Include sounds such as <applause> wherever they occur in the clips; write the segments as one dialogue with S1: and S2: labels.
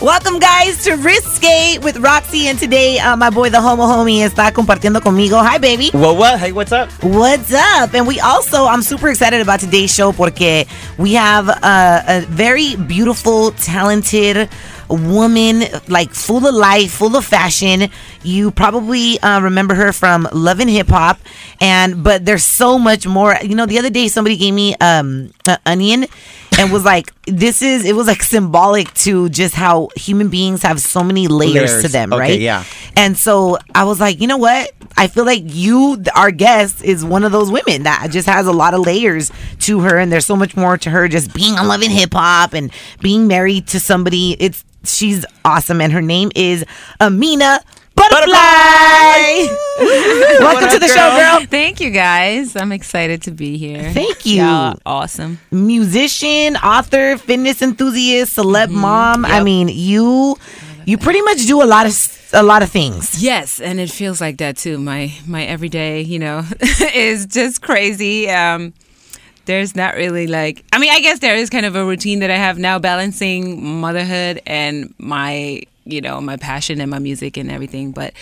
S1: Welcome, guys, to Risque with Roxy. And today, uh, my boy, the homo homie, está compartiendo conmigo. Hi, baby.
S2: What, what? Hey, what's up?
S1: What's up? And we also, I'm super excited about today's show porque we have a, a very beautiful, talented woman, like full of life, full of fashion. You probably uh, remember her from Love and Hip Hop, and but there's so much more. You know, the other day somebody gave me um, an onion and
S2: <laughs>
S1: was like, "This is." It was like symbolic to just how human beings have so many layers,
S2: Layers.
S1: to them,
S2: Okay,
S1: right?
S2: yeah.
S1: And so I was like, you know what? I feel like you, th- our guest, is one of those women that just has a lot of layers to her, and there's so much more to her just being on Love and Hip Hop and being married to somebody. It's she's awesome, and her name is Amina Butterfly. <laughs> Welcome
S2: What
S1: to
S2: up,
S1: the show, girl.
S3: Thank you guys. I'm excited to be here.
S1: Thank you.
S3: Y'all are awesome.
S1: musician, author, fitness enthusiast, celeb mom. I mean, you you pretty much do a lot of s- a lot of things.
S3: Yes, and it feels like that too. My my everyday, you know, <laughs> is just crazy. Um there's not really like I mean, I guess there is kind of a routine that I have now balancing motherhood and my, you know, my passion and my music and everything, but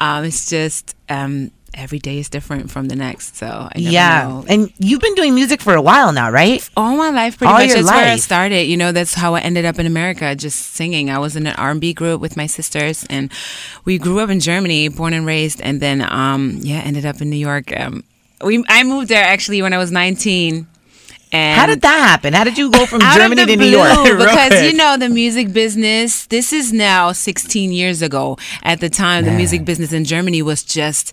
S3: um it's just um every day is different from the next. So I never
S1: yeah,
S3: know.
S1: and you've been doing music for a while now, right?
S3: all my life pretty
S1: All
S3: much
S1: your
S3: that's where i
S1: life.
S3: started you know that's how i ended up in america just singing i was in an r&b group with my sisters and we grew up in germany born and raised and then um yeah ended up in new york um, we i moved there actually when i was 19 and
S1: How did that happen? How did you go from
S3: <laughs> out of
S1: Germany to
S3: the
S1: New <laughs>
S3: blue,
S1: York?
S3: because
S2: Right.
S3: you know the music business. This is now 16 years ago. At the time, the music business in Germany was just.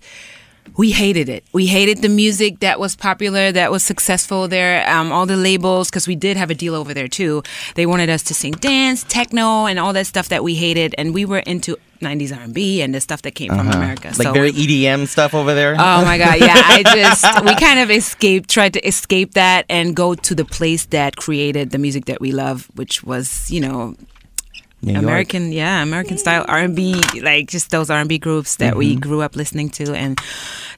S3: We hated it. We hated the music that was popular, that was successful there. Um, all the labels, because we did have a deal over there too. They wanted us to sing dance, techno, and all that stuff that we hated, and we were into 90s R&B and the stuff that came
S1: Uh-huh.
S3: from America.
S2: Like very EDM stuff over there.
S3: Oh my god,
S2: <laughs>
S3: yeah. I just we kind of escaped, tried to escape that and go to the place that created the music that we love, which was, you know,
S2: New York.
S3: American, yeah, American style R and B, like just those R and B groups that we
S2: Mm-hmm.
S3: grew up listening to, and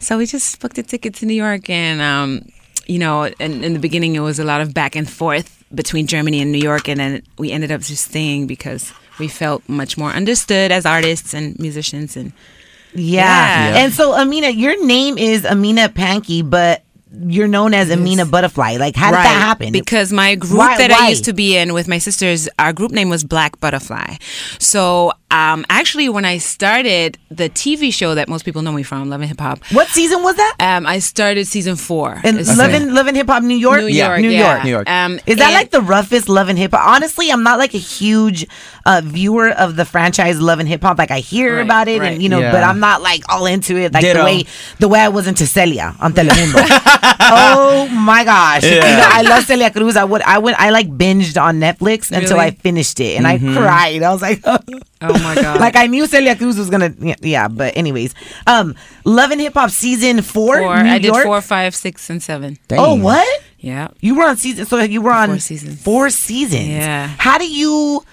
S3: so we just booked a ticket to New York, and um, you know, and in the beginning it was a lot of back and forth between Germany and New York, and then we ended up just staying because we felt much more understood as artists and musicians, and
S1: yeah.
S3: Yeah.
S1: And so, Amina, your name is Amina Pankey, but you're known as Amina Butterfly. Like, how did that happen?
S3: Because my group
S1: Why-
S3: that
S1: why?
S3: I used to be in with my sisters, our group name was Black Butterfly. So um, actually, when I started the TV show that most people know me from, Love and Hip Hop,
S1: what season was that?
S3: um, I started season four.
S1: And
S3: It's-
S1: Love and Love and Hip Hop, New York.
S3: New
S2: Yeah.
S3: York,
S1: New
S3: yeah.
S1: York.
S2: New York.
S3: Um,
S1: Is that
S3: and-
S1: like the roughest Love and Hip Hop? Honestly, I'm not like a huge uh, viewer of the franchise Love and Hip Hop. Like I hear
S3: Right,
S1: about it,
S3: right.
S1: and you know,
S2: Yeah.
S1: but I'm not like all into it. Like the
S2: Ditto.
S1: way the way I was into Celia on Telemundo.
S3: <laughs>
S1: oh my gosh! You
S2: Yeah.
S1: know, I love Celia Cruz. I would, I would, I like binged on Netflix until
S3: Really?
S1: I finished it, and
S2: Mm-hmm.
S1: I cried. I was like, <laughs>
S3: Oh my god!
S1: like I knew Celia Cruz was gonna, yeah, yeah. But anyways, um, Love and Hip Hop season four.
S3: four.
S1: New
S3: I did
S1: York.
S3: four, five, six, and seven.
S1: Oh
S2: Dang.
S1: what?
S3: Yeah.
S1: You were on season, so you were on
S3: Four seasons.
S1: Four seasons.
S3: Yeah.
S1: How do you?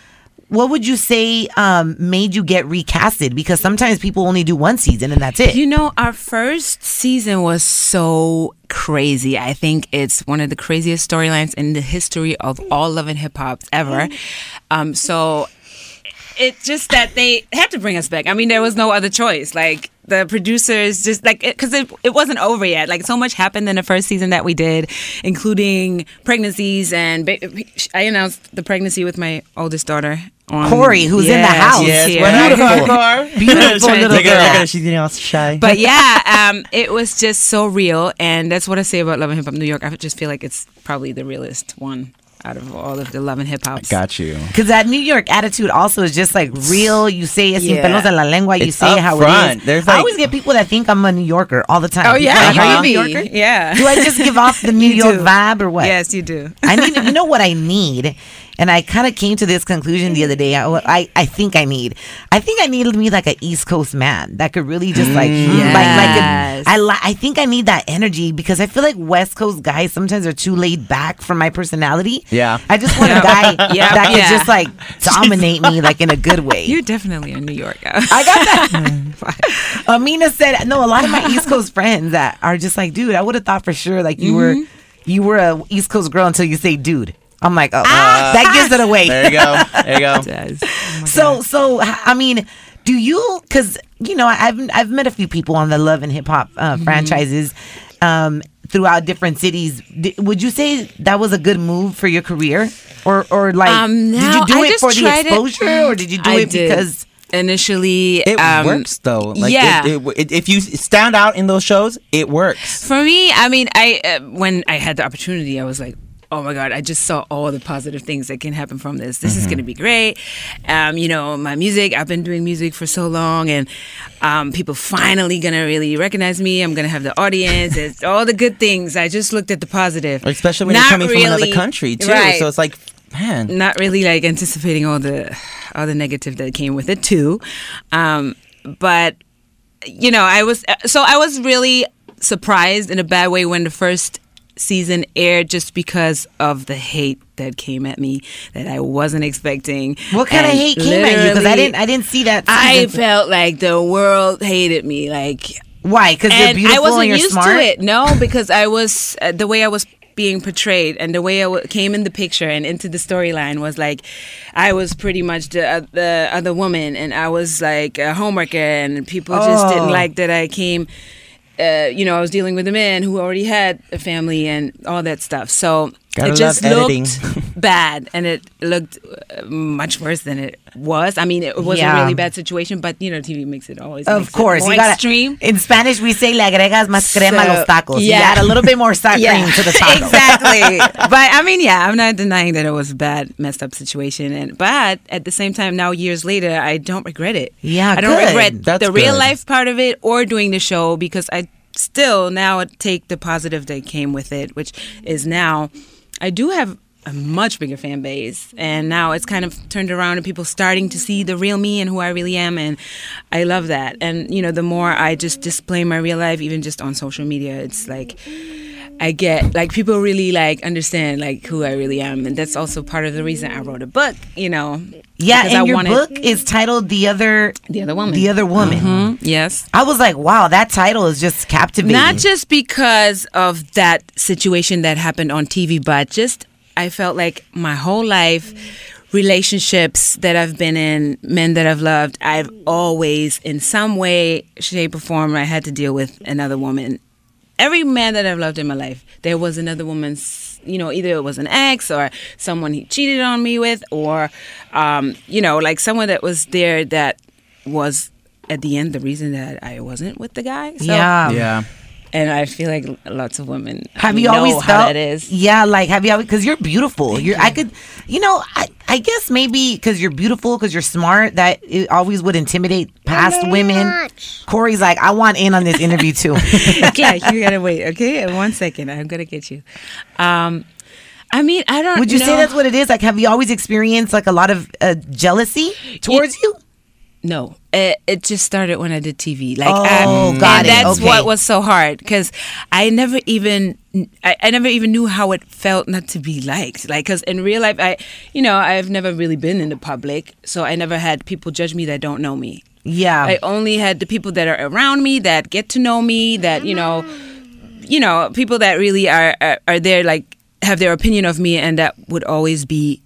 S1: What would you say um, made you get recasted? Because sometimes people only do one season and that's it.
S3: You know, our first season was so crazy. I think it's one of the craziest
S1: Mm.
S3: storylines in the history of all Love and Hip Hop ever. Um, so it's just that they had to bring us back. I mean, there was no other choice. Like the producers just like because it, it, wasn't over yet. Like so much happened in the first season that we did, including pregnancies and ba- I announced the pregnancy with my oldest daughter. On,
S1: Corey, who's in the house. Yes,
S3: Yes, here.
S1: we're not
S2: Beautiful. <laughs>
S1: Beautiful
S2: Look at her,
S1: little
S2: look at
S1: girl.
S2: her, She's getting all shy.
S3: But yeah, um, it was just so real, and that's what I say about Love and Hip Hop New York. I just feel like it's probably the realest one out of all of the Love and Hip Hops.
S2: got you.
S1: Because that New York attitude also is just like real. You say it sin
S3: Yeah.
S1: pelos en la lengua. You
S2: It's
S1: say it how
S2: upfront.
S1: it is.
S2: There's
S1: I
S2: like-
S1: always get people that think I'm a New Yorker all the time.
S3: Oh
S1: People
S3: yeah,
S1: like, "Are you a
S3: you
S1: New
S3: be.
S1: Yorker?"
S3: Yeah.
S1: Do I just give off
S3: <laughs>
S1: the New
S3: You
S1: York
S3: do.
S1: vibe or what?
S3: Yes, you do.
S1: I need, you know what I need? And I kind of came to this conclusion the other day. I, I, I think I need, I think I need me like an East Coast man that could really just like,
S3: Mm,
S1: like,
S3: Yes.
S1: like a, I, li- I think I need that energy because I feel like West Coast guys sometimes are too laid back for my personality.
S2: Yeah.
S1: I just want a guy
S3: <laughs> Yeah.
S1: that
S3: Yeah.
S1: could just like dominate me like in a good way.
S3: <laughs> You're definitely a
S1: <laughs>
S3: New Yorker.
S1: I got
S3: <laughs> Mm,
S1: that. Amina said, no, a lot of my East Coast friends that are just like, dude, I would have thought for sure like you were
S3: Mm-hmm.
S1: you were a East Coast girl until you say dude. I'm like, oh,
S3: Ah.
S1: that gives it
S3: <laughs>
S1: away.
S3: Oh
S2: There you go. There you
S1: Um,
S2: go.
S1: so, so h- I mean, do you? Because you know, I've I've met a few people on the Love and Hip Hop uh,
S3: Mm-hmm.
S1: franchises um, throughout different cities. D- would you say that was a good move for your career, or or like,
S3: Um,
S1: did
S3: no,
S1: you do
S3: I
S1: it
S3: just
S1: for the
S3: tried it-
S1: exposure, or did you do
S3: I
S1: it
S3: did.
S1: because?
S3: initially
S2: <laughs> It
S3: um,
S2: works though. Like,
S3: yeah.
S2: It, it, it, if you stand out in those shows, it works.
S3: For me, I mean, I uh, when I had the opportunity, I was like, "Oh my god!" I just saw all the positive things that can happen from this. This is
S2: Mm-hmm.
S3: going to be great. Um, you know, my music. I've been doing music for so long, and um, people finally going to really recognize me. I'm going to have the audience. it's all the good things. I just looked at the positive,
S2: Especially when
S3: Not
S2: you're coming from
S3: really-
S2: another country too.
S3: Right.
S2: So it's like, man.
S3: not really like anticipating all the all the negative that came with it too um but you know i was so i was really surprised in a bad way when the first season aired just because of the hate that came at me that i wasn't expecting
S1: What kind of
S3: And
S1: hate came at you? Because I
S3: literally,
S1: didn't, I didn't see that.
S3: I
S1: season.
S3: felt like the world hated me like
S1: Why? Because you're
S3: and
S1: beautiful
S3: I wasn't
S1: and you're
S3: used
S1: smart.
S3: to it. No, because I was uh, the way I was being portrayed and the way I w- came in the picture and into the storyline was like I was pretty much the, uh, the other woman and I was like a homemaker and people just didn't
S1: Oh.
S3: like that I came. Uh, you know, I was dealing with a man who already had a family and all that stuff. So
S2: Gotta
S3: it just
S2: love editing.
S1: <laughs>
S3: looked bad, and it looked uh, much worse than it was. I mean, it was
S1: Yeah.
S3: a really bad situation, but you know, TV makes it always makes
S1: Of
S3: it
S1: course,
S3: more
S1: you gotta.
S3: extreme.
S1: In Spanish, we say "le agregas más crema a los
S3: So,
S1: tacos." You
S3: yeah.
S1: add a little bit more
S3: <laughs>
S1: sour cream to the taco. <laughs>
S3: exactly. but I mean, yeah, I'm not denying that it was a bad, messed up situation. And but at the same time, now years later, I don't regret it.
S1: Yeah,
S3: I don't
S1: good.
S3: regret
S2: That's
S3: the real
S2: good.
S3: life part of it or doing the show because I still now take the positive that came with it, which is now I do have. A much bigger fan base, and now it's kind of turned around, and people starting to see the real me and who I really am, and I love that. And you know, the more I just display my real life, even just on social media, it's like I get like people really like understand like who I really am, and that's also part of the reason I wrote a book. You know,
S1: Yeah,
S3: because
S1: and
S3: I
S1: your
S3: wanted-
S1: book is titled "The Other."
S3: The Other Woman.
S1: The other woman.
S3: yes,
S1: I was like, wow, that title is just captivating.
S3: not just because of that situation that happened on TV, but just I felt like my whole life, relationships that I've been in, men that I've loved, I've always, in some way, shape, or form, I had to deal with another woman. Every man that I've loved in my life, there was another woman's. You know, either it was an ex or someone he cheated on me with, or, um, you know, like someone that was there that was at the end the reason that I wasn't with the guy. So
S1: yeah.
S2: Yeah.
S3: and I feel like lots of women
S1: Have you
S3: know
S1: always
S3: how
S1: felt
S3: that
S1: <laughs>
S3: is.
S1: Yeah, like have you always because you're beautiful. You're I could, you know, I, I guess maybe because you're beautiful, because you're smart, that it always would intimidate past women. Corey's like, I want in on this interview
S3: <laughs>
S1: too.
S3: okay, you gotta wait. Okay, one second, I'm gonna get you. Um, I mean, I don't.
S1: Would you say
S3: know-
S1: that's what it is? Like, have you always experienced like a lot of uh, jealousy towards you?
S3: No, it, it just started when I did TV. Like,
S1: Oh,
S3: I,
S1: got
S3: and
S1: it.
S3: that's
S1: Okay.
S3: what was so hard because I never even I, I never even knew how it felt not to be liked. Like, because in real life, I you know I've never really been in the public, so I never had people judge me that don't know me.
S1: Yeah.
S3: I
S2: Um,
S3: only had the people that are around me that get to know me that you know you know people that really are are, are there like have their opinion of me and that would always be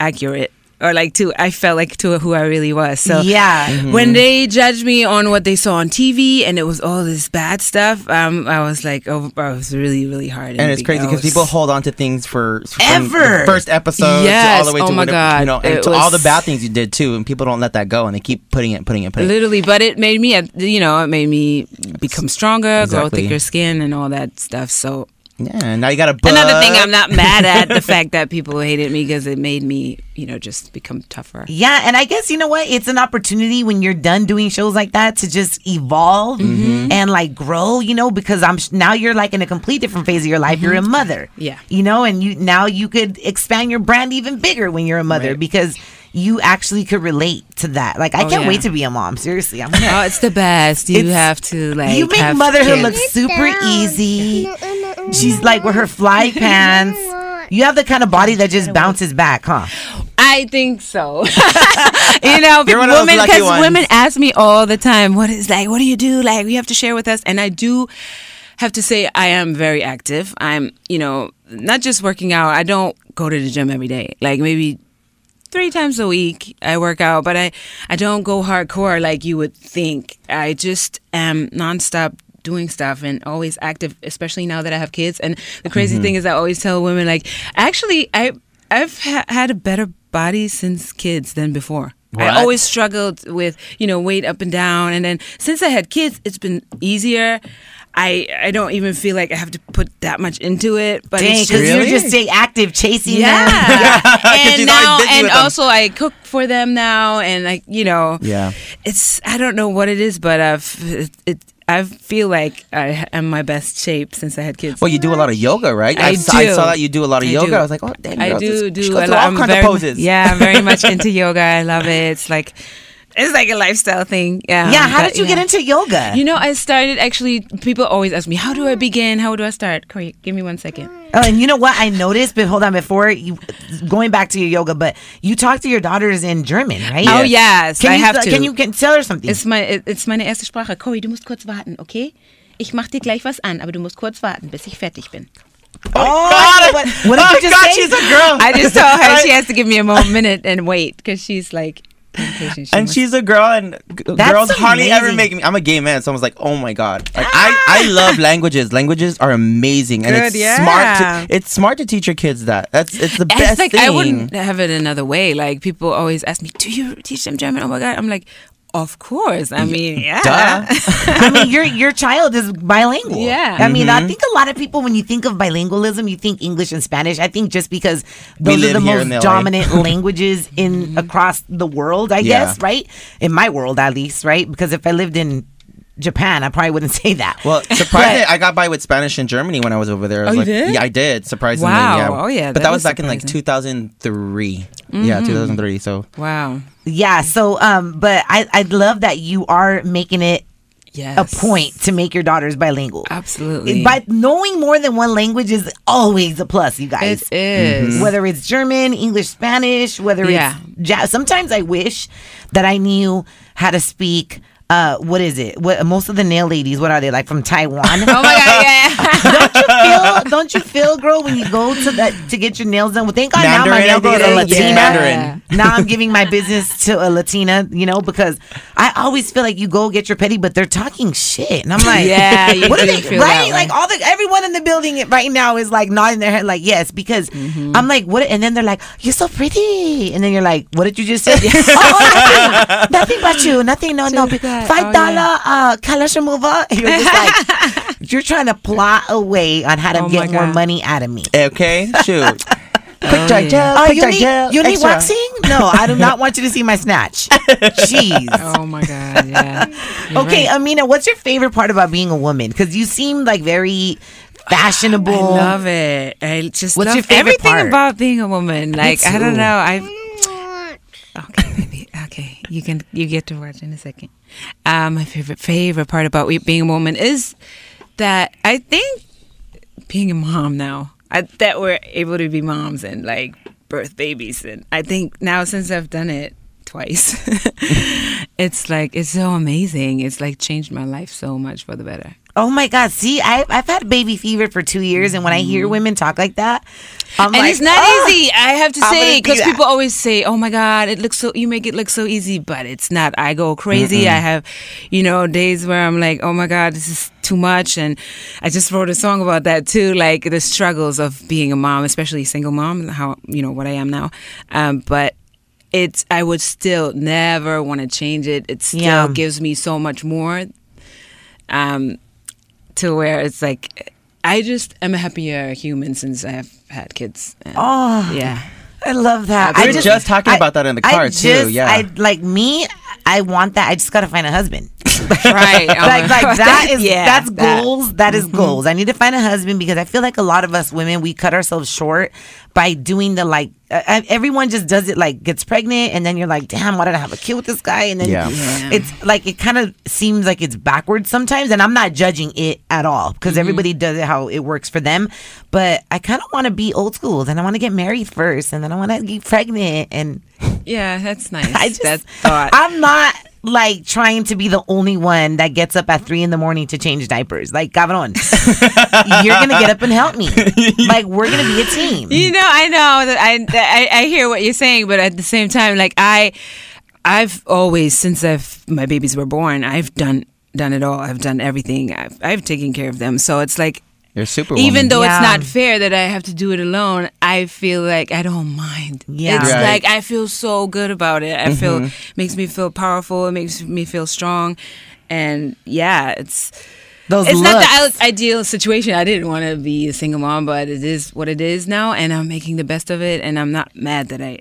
S3: accurate or like to I felt like to who I really was. So
S1: Yeah.
S2: Mm-hmm.
S3: when they judged me on what they saw on TV and it was all this bad stuff, um, I was like, oh, I was really really hard.
S2: And it's crazy because people hold on to things for from
S1: Ever.
S2: the first episode to all
S3: Yes.
S2: the way
S3: Oh
S2: to
S3: my
S2: whatever, you
S3: God.
S2: know, and
S3: It
S2: to all the
S3: was-
S2: bad things you did too, and people don't let that go, and they keep putting it, putting it, putting it.
S3: Literally, but it made me, uh, you know, it made me become stronger, grow
S2: Exactly.
S3: thicker skin, and all that stuff. So
S2: Yeah, now you got a book.
S3: another thing, I'm not mad at <laughs> the fact that people hated me because it made me, you know, just become tougher.
S1: Yeah, and I guess you know what? It's an opportunity when you're done doing shows like that to just evolve
S3: Mm-hmm.
S1: and like grow, you know, because I'm sh- now you're like in a complete different phase of your life. You're a mother.
S3: Mm-hmm. Yeah.
S1: You know, and you now you could expand your brand even bigger when you're a mother because you actually could relate to that. Like I
S3: Oh,
S1: can't
S3: yeah.
S1: wait to be a mom. Seriously. I'm
S3: <laughs>
S1: gonna
S3: Oh, it's the best. You
S1: It's-
S3: have to like.
S1: you make
S3: have
S1: motherhood
S3: kids.
S1: look super
S3: <laughs>
S1: easy. She's like with her fly pants. You have the kind of body that just bounces back, huh?
S3: I think so. <laughs> you know,
S2: You're one of those
S3: women
S2: lucky
S3: because
S2: ones.
S3: women ask me all the time, "What is like? What do you do? Like, you have to share with us." And I do have to say, I am very active. I'm, you know, not just working out. I don't go to the gym every day. Like maybe three times a week I work out, but I I don't go hardcore like you would think. I just am nonstop doing stuff and always active, especially now that I have kids. And the crazy
S1: Mm-hmm.
S3: thing is, I always tell women like, actually, I I've ha- had a better body since kids than before.
S2: What?
S3: I always struggled with you know weight up and down, and then since I had kids, it's been easier. I, I don't even feel like I have to put that much into it, but
S1: Dang,
S3: it's
S1: because
S3: just,
S1: you just stay active, chasing <laughs> them.
S3: yeah.
S2: she's
S3: And now,
S2: always busy
S3: and
S2: with them.
S3: also I cook for them now, and like you know,
S2: Yeah.
S3: It's I don't know what it is, but I've it. it I feel like I am my best shape since I had kids.
S2: Well, you do a lot of yoga, right?
S3: I
S2: saw, I
S3: do.
S2: saw that you do a lot of
S3: I
S2: yoga.
S3: do.
S2: I was like, oh, damn,
S3: I
S2: girl,
S3: do
S2: this-
S3: do
S2: she
S3: a
S2: goes through
S3: lot.
S2: all
S3: I'm
S2: kinds
S3: very,
S2: of poses.
S3: Yeah, I'm very much into yoga. I love it. It's like it's like a lifestyle thing. Yeah.
S1: Yeah, how
S3: but,
S1: did you
S3: yeah.
S1: get into yoga?
S3: You know, I started actually. People always ask me, "How do I begin? How do I start?" Corey, give me one second.
S1: Oh, and you know what I noticed? But hold on, before you going back to your yoga, but you talk to your daughters in German, right?
S3: Oh yes,
S1: Can
S3: I
S1: you
S3: have to.
S1: Can you can tell her something?
S3: Ist mein, äh, ist meine erste Sprache. Corey, du musst kurz warten, okay? Ich mach dir gleich was an, aber du musst kurz warten, bis ich fertig bin.
S1: oh, what, what
S2: oh,
S1: did you just
S2: God,
S1: say?
S2: she's a girl.
S3: I <laughs>
S2: <laughs>
S3: just told her she has to give me a mo- minute and wait, because she's <laughs> like impatient.
S2: and
S3: She wants-
S2: she's a girl, and g-
S1: That's
S2: girls hardly ever
S1: amazing.
S2: make me. I'm a gay man, so I was like, oh my god, like
S3: <laughs>
S2: I, I love languages. Languages are amazing, and
S3: Good,
S2: it's
S3: yeah.
S2: smart. To, it's smart to teach your kids that. That's it's the
S3: I
S2: best
S3: like
S2: thing.
S3: I wouldn't have it another way. Like people always ask me, "Do you teach them German?" Oh my god, I'm like, of course. I mean, yeah.
S2: Duh.
S1: I mean, your your child is bilingual.
S3: Yeah.
S1: I mean,
S2: Mm-hmm.
S1: I think a lot of people when you think of bilingualism, you think English and Spanish. I think just because those are
S2: live
S1: the
S2: here in LA.
S1: most
S2: <laughs>
S1: dominant languages in
S3: Mm-hmm.
S1: across the world, I
S2: Yeah.
S1: guess, right? In my world, at least, right? Because if I lived in Japan, I probably wouldn't <laughs> say that.
S2: Well, surprisingly, I got by with Spanish in Germany when I was over there. I was
S3: Oh, you
S2: like,
S3: did?
S2: Yeah, I did. Surprisingly,
S3: Wow.
S2: yeah.
S3: Oh, yeah,
S2: But that,
S3: that
S2: was,
S3: is
S2: back in like
S3: surprising.
S2: 2003. Yeah, 2003. So
S3: Wow.
S1: Yeah. So, um, but I I love that you are making it
S3: Yes.
S1: a point to make your daughters bilingual.
S3: Absolutely.
S1: But knowing more than one language is always a plus, you guys.
S3: It is.
S1: Whether it's German, English, Spanish, whether
S3: Mm-hmm. Yeah.
S1: it's ja- sometimes I wish that I knew how to speak. Uh, what is it? What most of the nail ladies? What are they like from Taiwan?
S3: <laughs> Oh my god. Yeah.
S1: don't you feel? Don't you feel, girl, when you go to that to get your nails done? Well, thank God now my
S2: Mandarin,
S1: nail girl is a
S2: I think it is.
S1: Latina.
S2: Mandarin.
S1: Now I'm giving my business to a Latina, you know, because I always feel like you go get your petty, but they're talking shit, and I'm like,
S3: <laughs> Yeah, you
S1: what are
S3: do
S1: they
S3: feel that
S1: right?
S3: way.
S1: Like all the everyone in the building right now is like nodding their head, like yes, because
S3: Mm-hmm.
S1: I'm like, what? And then they're like, you're so pretty, and then you're like, what did you
S3: <laughs>
S1: just say? <laughs> oh, oh, nothing, nothing but you, nothing, no, no,
S3: Oh,
S1: five dollar uh, color remover. And you're just like, you're trying to plot a way on how to
S3: Oh my
S1: get more
S3: God.
S1: money out of me.
S2: okay, shoot.
S3: Oh, yeah.
S1: Oh, you need, you need waxing? No, I do not want you to see my
S2: <laughs>
S1: snatch. Jeez.
S3: Oh my god. Yeah. You're
S1: okay,
S3: right.
S1: Amina, what's your favorite part about being a woman? Because you seem like very fashionable.
S3: <sighs> I love it. I just
S1: What's
S3: love
S1: your favorite
S3: everything
S1: part?
S3: about being a woman. Like I
S1: too.
S3: don't know. I okay, maybe, okay. You can you get to watch in a second. Uh, my favorite favorite part about we- being a woman is that I think being a mom now I, that we're able to be moms and like birth babies and I think now since I've done it twice <laughs> it's like it's so amazing it's like changed my life so much for the better
S1: Oh my God! See, I've I've had baby fever for two years, and when I hear women talk like that, I'm
S3: Mm-hmm. and
S1: like,
S3: it's not
S1: "Ah!"
S3: easy. I have to
S1: I
S3: say
S1: wouldn't do
S3: because
S1: that.
S3: people always say, "Oh my God, it looks so you make it look so easy," but it's not. I go crazy. I have, you know, days where I'm like, "Oh my God, this is too much," and I just wrote a song about that too, like the struggles of being a mom, especially single mom, how you know what I am now, um, but. It's. I would still never want to change it. It still
S1: Yeah.
S3: gives me so much more um, to where it's like I just am a happier human since I've had kids. oh, yeah.
S1: I love that.
S2: We
S1: I
S2: were just talking about that in the
S1: I
S2: car, too,
S1: just-
S2: yeah.
S1: I like me. I want that. I just gotta find a husband.
S3: <laughs> Right.
S1: like like that is
S3: yeah,
S1: that's
S3: that.
S1: goals. That is goals. I need to find a husband because I feel like a lot of us women we cut ourselves short by doing the like. Uh, uh, everyone just does it like gets pregnant and then you're like, damn, why did I have a kid with this guy? And then
S2: Yeah.
S1: it's like it kind of seems like it's backwards sometimes. And I'm not judging it at all because everybody does it how it works for them. But I kind of want to be old school. Then I want to get married first, and then I want to get pregnant and.
S3: Yeah, that's <laughs> nice.
S1: I just,
S3: that thought.
S1: I'm not like trying to be the only one that gets up at three in the morning to change diapers. Like,
S2: <laughs>
S1: cabron, you're gonna get up and help me. Like, we're gonna be a team.
S2: <laughs>
S3: you know, I know that I, that I I hear what you're saying, but at the same time, like I, I've always since I've my babies were born, I've done done it all. I've done everything. I've I've taken care of them. So it's like
S2: You're super.
S3: even though
S1: Yeah.
S3: it's not fair that I have to do it alone, I feel like I don't mind.
S1: Yeah.
S3: It's
S2: Right.
S3: like I feel so good about it. I feel makes me feel powerful. It makes me feel strong. And yeah, it's
S1: Those
S3: it's
S1: looks.
S3: not the i- ideal situation. I didn't want to be a single mom, but it is what it is now and I'm making the best of it and I'm not mad that I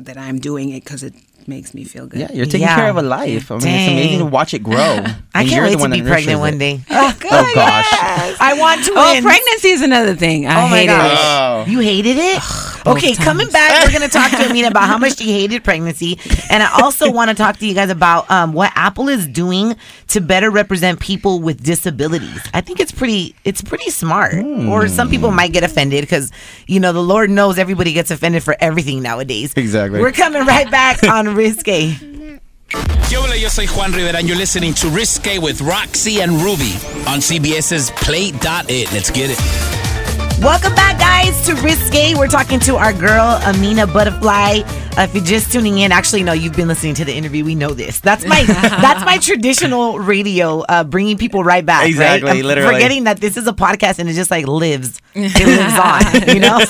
S3: that I'm doing it cuz it makes me feel good.
S2: yeah, you're taking
S1: Yeah.
S2: care of a life. I mean,
S1: Dang.
S2: it's amazing to watch it grow.
S1: I
S2: And
S1: can't
S2: you're
S1: wait
S2: the
S1: to
S2: one
S1: be
S2: that nurtures
S1: pregnant one
S2: it.
S1: day.
S2: Oh gosh.
S1: I want to
S3: Oh,
S1: win.
S3: pregnancy is another thing. I
S1: Oh my
S3: hate
S1: gosh.
S3: it.
S2: Oh.
S1: You hated it? okay, coming back, we're going to talk to Amina about how much she hated pregnancy. And I also want to talk to you guys about um, what Apple is doing to better represent people with disabilities. I think it's pretty it's pretty smart. Or
S2: Hmm.
S1: some people might get offended because, you know, the Lord knows everybody gets offended for everything nowadays.
S2: Exactly.
S1: We're coming right back on Risque.
S4: Yo, hola, yo soy Juan Rivera, and you're listening to Risque with Roxy and Ruby on CBS's Play.it. Let's get it.
S1: Welcome back, guys, to Risque. We're talking to our girl, Amina Butterfly. Uh, if you're just tuning in, actually, no, you've been listening to the interview. We know this. That's
S2: <laughs>
S1: my that's my traditional radio, uh, bringing people right back. right?
S2: Exactly,
S1: I'm
S2: literally.
S1: forgetting that this is a podcast and it just like lives.
S2: <laughs>
S1: It lives on, you know.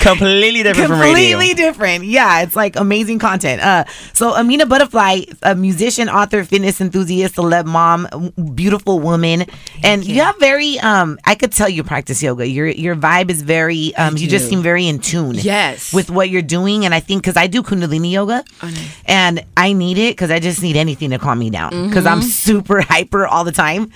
S2: Completely different from radio.
S1: completely different yeah it's like amazing content uh so amina butterfly a musician author fitness enthusiast celeb mom w- beautiful woman and you. have very um i could tell you practice yoga your your vibe is very um you just seem very in tune
S3: Yes. Oh,
S1: with what you're doing and i think because i do kundalini yoga and i need it because i just need anything to calm me down because
S3: Mm-hmm.
S1: i'm super <laughs> hyper all the time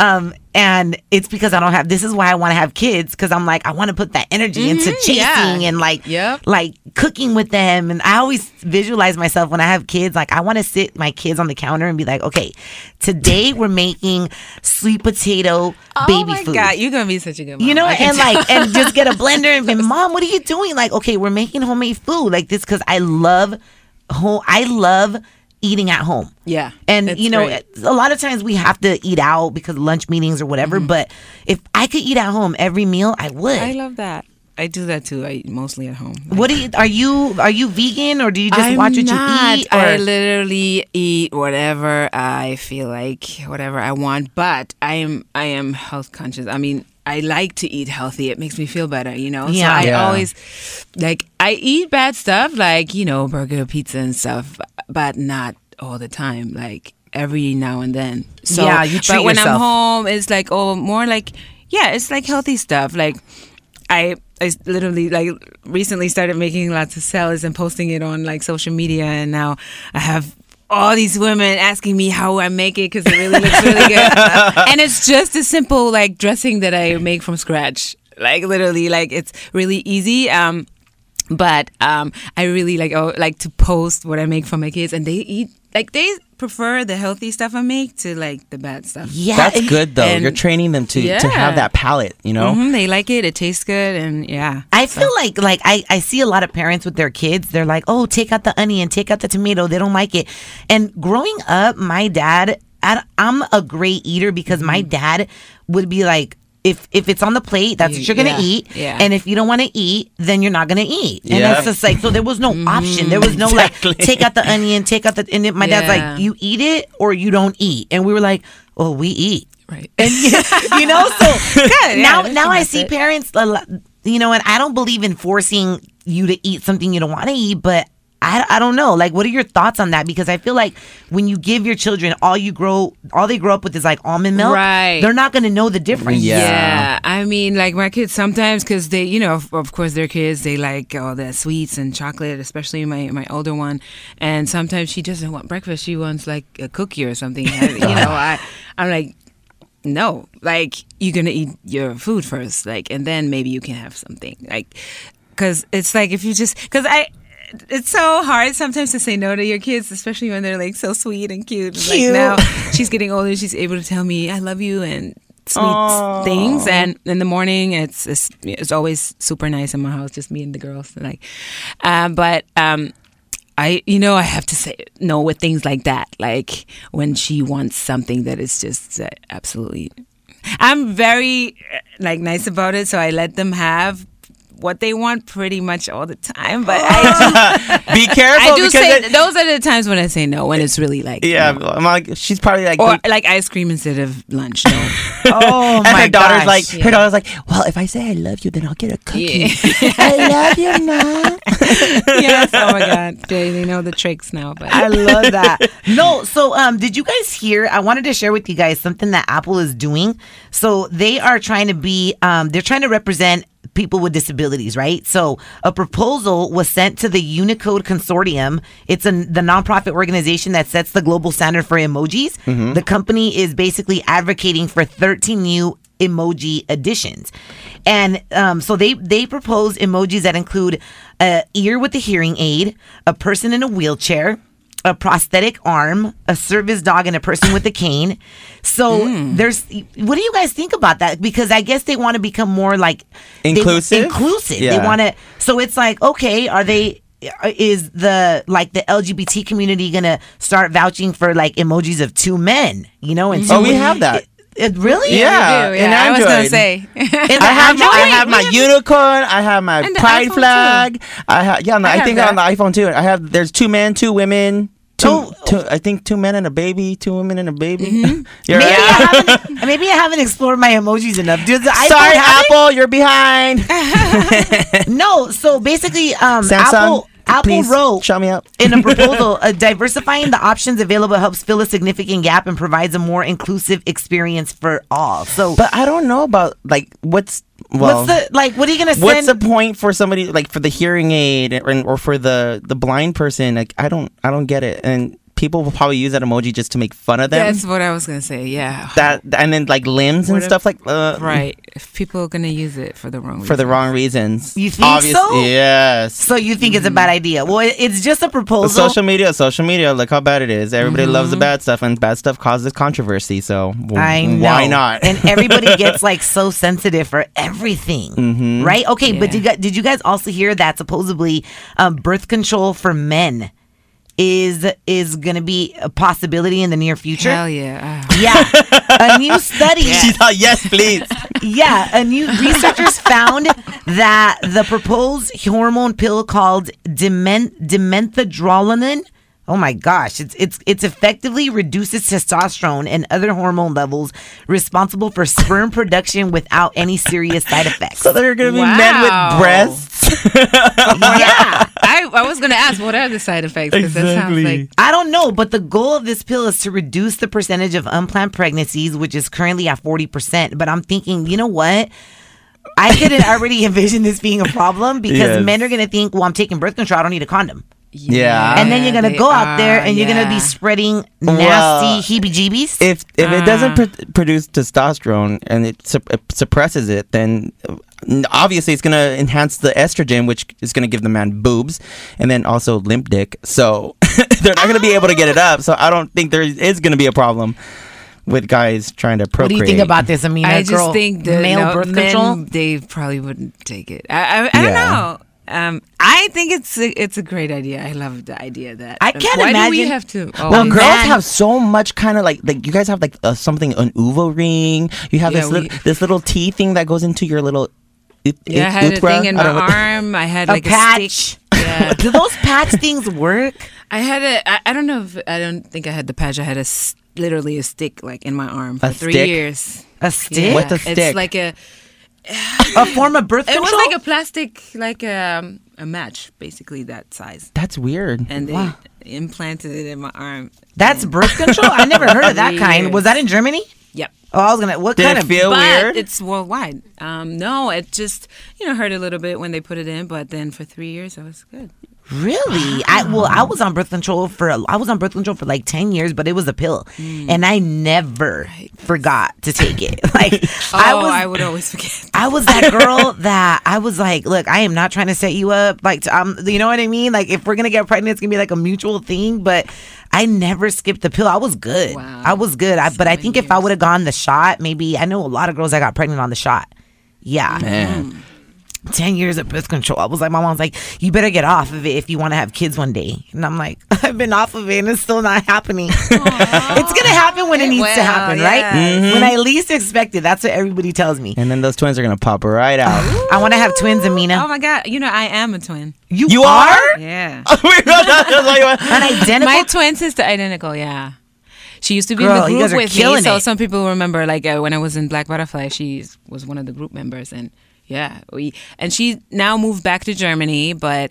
S1: um and it's because I don't have. This is why I want to have kids because I'm like I want to put that energy into chasing
S3: Mm-hmm, yeah.
S1: and like
S3: Yep.
S1: like cooking with them and i always visualize myself when i have kids like i want to sit my kids on the counter and be like okay today we're making sweet potato
S3: oh
S1: baby
S3: my
S1: food
S3: god, you're gonna be such a good mom.
S1: you know,
S3: I can
S1: and
S3: tell.
S1: like, and just
S3: <laughs>
S1: get a blender and be, mom, what are you doing? Like, okay, we're making homemade food like this because I love home. I love eating at home.
S3: Yeah,
S1: and
S3: it's
S1: you know,
S3: great.
S1: a lot of times we have to eat out because lunch meetings or whatever. But if I could eat at home every meal, I would.
S3: Mm-hmm. I love that. I do that too. I eat mostly at home.
S1: What do you are you are you vegan or do you just
S3: I'm
S1: watch what
S3: not.
S1: you eat? Or,
S3: I literally eat whatever I feel like, whatever I want. But I am I am health conscious. I mean, I like to eat healthy. It makes me feel better, you know.
S1: Yeah.
S3: So I
S2: Yeah.
S3: always like I eat bad stuff, like you know, burger, pizza, and stuff, but not all the time. Like every now and then. So
S1: Yeah, you treat
S3: But when
S1: yourself.
S3: I'm home, it's like oh, more like yeah, it's like healthy stuff, like. I I literally like recently started making lots of salads and posting it on like social media, and now I have all these women asking me how I make it because it really looks
S1: <laughs>
S3: really good, and it's just a simple like dressing that I make from scratch, like literally like it's really easy. Um, but um, I really like oh, like to post what I make for my kids, and they eat like they prefer the healthy stuff I make to like the bad stuff.
S1: yeah,
S2: That's
S1: and-
S2: good though.
S3: and-
S2: You're training them to to
S3: Yeah.
S2: have that palate. You know.
S3: Mhm, they like it; it tastes good, and yeah.
S1: I feel like like I, I see a lot of parents with their kids. They're like, oh, take out the onion, take out the tomato. They don't like it. And growing up, my dad I, I'm a great eater because my
S3: Mm-hmm.
S1: dad would be like, if if it's on the plate, that's what you're gonna
S3: yeah,
S1: eat.
S3: yeah.
S1: And if you don't want to eat, then you're not gonna eat. And
S2: Yeah.
S1: that's just like so. There was
S3: Mm-hmm.
S1: no option. There was no like
S2: Exactly.
S1: take out the onion, take out the. And then my dad's
S3: Yeah.
S1: like, you eat it or you don't eat. And we were like, well, we eat.
S3: Right.
S1: And you know, <laughs> so now
S3: that's
S1: now
S3: a
S1: I see
S3: method.
S1: parents, a lot- you know, and I don't believe in forcing you to eat something you don't want to eat, but. I, I don't know. Like, what are your thoughts on that? Because I feel like when you give your children all you grow, all they grow up with is like almond milk.
S3: Right.
S1: They're not going to know the difference.
S2: Yeah.
S3: Yeah, I mean, like my kids sometimes because they, you know, of, of course, their kids they like all the sweets and chocolate, especially my my older one. And sometimes she doesn't want breakfast; she wants like a cookie or something. I- you know, I I'm like, no, like you're gonna eat your food first, like, and then maybe you can have something, like, because it's like if you just because I. It's so hard sometimes to say no to your kids, especially when they're like so sweet and cute.
S1: Cute.
S3: Like now, she's getting older. She's able to tell me I love you and sweet things. And in the morning, it's, it's it's always super nice in my house, just me and the girls. Like, um, but um, I you know I have to say no with things like that. Like when she wants something that is just uh, absolutely. I'm very uh, like nice about it, so I let them have what they want pretty much all the time. But
S2: <laughs>
S3: I do,
S2: Be careful
S3: I do
S2: because
S3: say
S2: it-
S3: those are the times when I say no when it's really like
S2: yeah, I'm like she's probably like.
S3: or
S2: the-
S3: like ice cream instead of lunch. No.
S2: <laughs>
S1: Oh,
S2: and
S1: my
S2: her daughter's
S1: gosh.
S2: like, her daughter's like, well, if I say I love you, then I'll get a cookie. <laughs> I love you, mom.
S3: yes. <laughs> Oh my God. They, they know the tricks now. But
S1: I love that. No, so um, did you guys hear? I wanted to share with you guys something that Apple is doing. So they are trying to be, um, they're trying to represent people with disabilities, right? So a proposal was sent to the Unicode Consortium. It's a, the nonprofit organization that sets the global standard for emojis. The company is basically advocating for 13 new emoji additions. And um, so they they propose emojis that include a ear with a hearing aid, a person in a wheelchair, a prosthetic arm, a service dog, and a person with a cane. So
S2: Hmm.
S1: there's what do you guys think about that? Because I guess they want to become more like they-
S2: Inclusive?
S1: inclusive. They
S2: Yeah.
S1: want to. So it's like okay, are they? Is the like the LGBT community gonna start vouching for like emojis of two men? You know, and
S2: Oh,
S1: two-
S2: we have that.
S1: It, really?
S2: Yeah,
S3: do,
S2: and
S3: <laughs> yeah. I was gonna
S2: Android.
S3: say.
S1: And
S2: I have,
S1: no,
S2: I
S1: wait,
S2: have my unicorn. I have my
S3: And the iPhone
S2: pride
S3: too.
S2: flag. I have yeah. No,
S3: I
S2: I,
S3: have
S2: think
S3: that.
S2: on the iPhone too. I have there's two men, two women. Two,
S1: Oh.
S2: two- I think two men and a baby, two women and a baby. <laughs> You're
S1: Maybe,
S2: right.
S1: I haven't, maybe I haven't explored my emojis enough. Does the iPhone
S2: Sorry,
S1: have it?
S2: Apple, you're behind.
S1: No, so basically, um,
S2: Samsung,
S1: Apple, Apple
S2: please
S1: wrote
S2: shut me up.
S1: in
S2: <laughs>
S1: a proposal, uh, diversifying the options available helps fill a significant gap and provides a more inclusive experience for all. So,
S2: But I don't know about like what's well,
S1: what's the like? What are you gonna send?
S2: what's the point for somebody like for the hearing aid or, or for the the blind person? Like I don't I don't get it. And people will probably use that emoji just to make fun of them.
S3: <laughs> That's what I was gonna
S2: <laughs>
S3: say. Yeah.
S2: that and then like limbs and
S3: What if-
S2: stuff like uh,
S3: right. If people are gonna use it for the wrong
S2: for the
S3: reason.
S2: wrong reasons.
S1: You think so?
S2: Yes.
S1: so you think it's a bad idea? Well, it- it's just a proposal.
S2: social media, social media. Look how bad it is. Everybody
S1: Mm-hmm.
S2: loves the bad stuff, and bad stuff causes controversy. So w-
S1: I know.
S2: Mm, why not? <laughs>
S1: and everybody gets like so sensitive for everything,
S2: Mm-hmm.
S1: right? Okay, but did you, guys, did you guys also hear that supposedly um, birth control for men is is going to be a possibility in the near future?
S3: Hell yeah. Ah.
S1: Yeah, a new study.
S2: She thought,
S1: <laughs>
S2: yes, please.
S1: Yeah, a new researchers found that the proposed hormone pill called demen- dimethadrolin. Oh my gosh, it's it's it's effectively reduces testosterone and other hormone levels responsible for sperm production without any serious side effects.
S2: so there are going to be
S3: Wow.
S2: men with breasts.
S1: yeah.
S3: I, I was gonna ask what are the side effects because that sounds
S2: Exactly.
S3: like
S1: I don't know, but the goal of this pill is to reduce the percentage of unplanned pregnancies, which is currently at 40%. But I'm thinking, you know what? I
S2: <laughs>
S1: couldn't already envision this being a problem because
S2: Yes.
S1: men are going to think, well, I'm taking birth control. I don't need a condom.
S2: Yeah.
S1: And then you're going
S3: they
S1: to go out there
S3: are,
S1: and you're going to
S3: yeah.
S1: be spreading
S2: Well,
S1: nasty heebie jeebies.
S2: If if it doesn't
S3: Ah.
S2: pr- produce testosterone and it, sup- it suppresses it, then uh, n- obviously it's going to enhance the estrogen, which is going to give the man boobs and then also limp dick. So <laughs> they're not going to be able to get it up. So I don't think there is going to be a problem with guys trying to
S1: What do
S2: procreate.
S1: you think about this, Amina?
S3: I just
S1: Girl,
S3: think the
S1: male
S3: no,
S1: birth
S3: men,
S1: control.
S3: they probably wouldn't take it. I I, I don't
S2: Yeah.
S3: know. Um, I think it's a, it's a great idea. I love the idea that uh,
S1: I can't
S3: Why do we
S1: imagine-
S3: have to? Oh,
S2: Well,
S3: man.
S2: girls have so much kind of like like you guys have like a, something an uvo ring. You have
S3: Yeah,
S2: this
S3: we-
S2: little, this little T thing that goes into your little. ut-
S3: Yeah, I
S2: ut-
S3: had a
S2: utra.
S3: thing in
S2: I
S3: my
S2: don't know what the-
S3: arm. I had
S1: A
S3: like a,
S1: patch.
S3: stick. Yeah.
S1: <laughs> Do those patch things work?
S3: I had a. I, I don't know if I don't think I had the patch. I had a s- literally a stick like in my arm for
S2: A
S3: three
S2: stick?
S3: years.
S1: A stick?
S2: What the
S3: It's
S2: stick?
S3: like a.
S1: A form of birth
S3: It
S1: control?
S3: was like a plastic, like um, a match, basically that size,
S2: That's weird.
S3: and they implanted it in my arm.
S1: That's birth control? I never heard of
S3: <laughs>
S1: that kind. Was that in Germany?
S3: Yep.
S1: Oh, I was gonna. What
S2: Did
S1: kind
S2: it
S1: of
S2: feel
S3: but
S2: weird?
S3: it's worldwide. Um, no, it just you know hurt a little bit when they put it in, but then for three years I was good.
S1: Really? I well, I was on birth control for a- I was on birth control for like ten years, but it was a pill,
S2: Mm.
S1: and I never forgot to take it. <laughs> Like
S3: Oh,
S1: I was,
S3: I
S1: I,
S3: would
S1: <laughs>
S3: always forget.
S1: was that
S3: <laughs>
S1: girl that I was like, look, I am not trying to set you up. Like, to, um, you know what I mean? Like, if we're gonna get pregnant, it's gonna be like a mutual thing. But I never skipped the pill. I was good.
S3: Wow.
S1: I was good. I, but I think if I would have gone the shot, maybe I know a lot of girls that got pregnant on the shot. Yeah.
S3: Mm-hmm.
S1: 10 years of birth control. I was like, my mom's like, you better get off of it if you want to have kids one day. And I'm like, <laughs> I've been off of it and it's still not happening. <laughs> it's going to happen when it, needs to
S3: will,
S1: happen,
S3: yeah.
S1: right? When I least expect it. That's what everybody tells me.
S2: And then those twins are gonna pop right
S3: <laughs>
S2: out.
S1: I want to have twins, Amina.
S3: Oh my god! You know I am a twin.
S1: you,
S2: You are? <laughs>
S3: Yeah.
S2: Wait, no, that- that's all you <laughs> want.
S1: An identical.
S3: My twin sister, identical, yeah. She used to be
S1: Girl, you
S3: in the
S1: guys are
S3: group with me,
S1: killing
S3: so
S1: it.
S3: some people remember, like uh, when I was in Black Butterfly, she was one of the group members, and yeah, we and she now moved back to Germany, but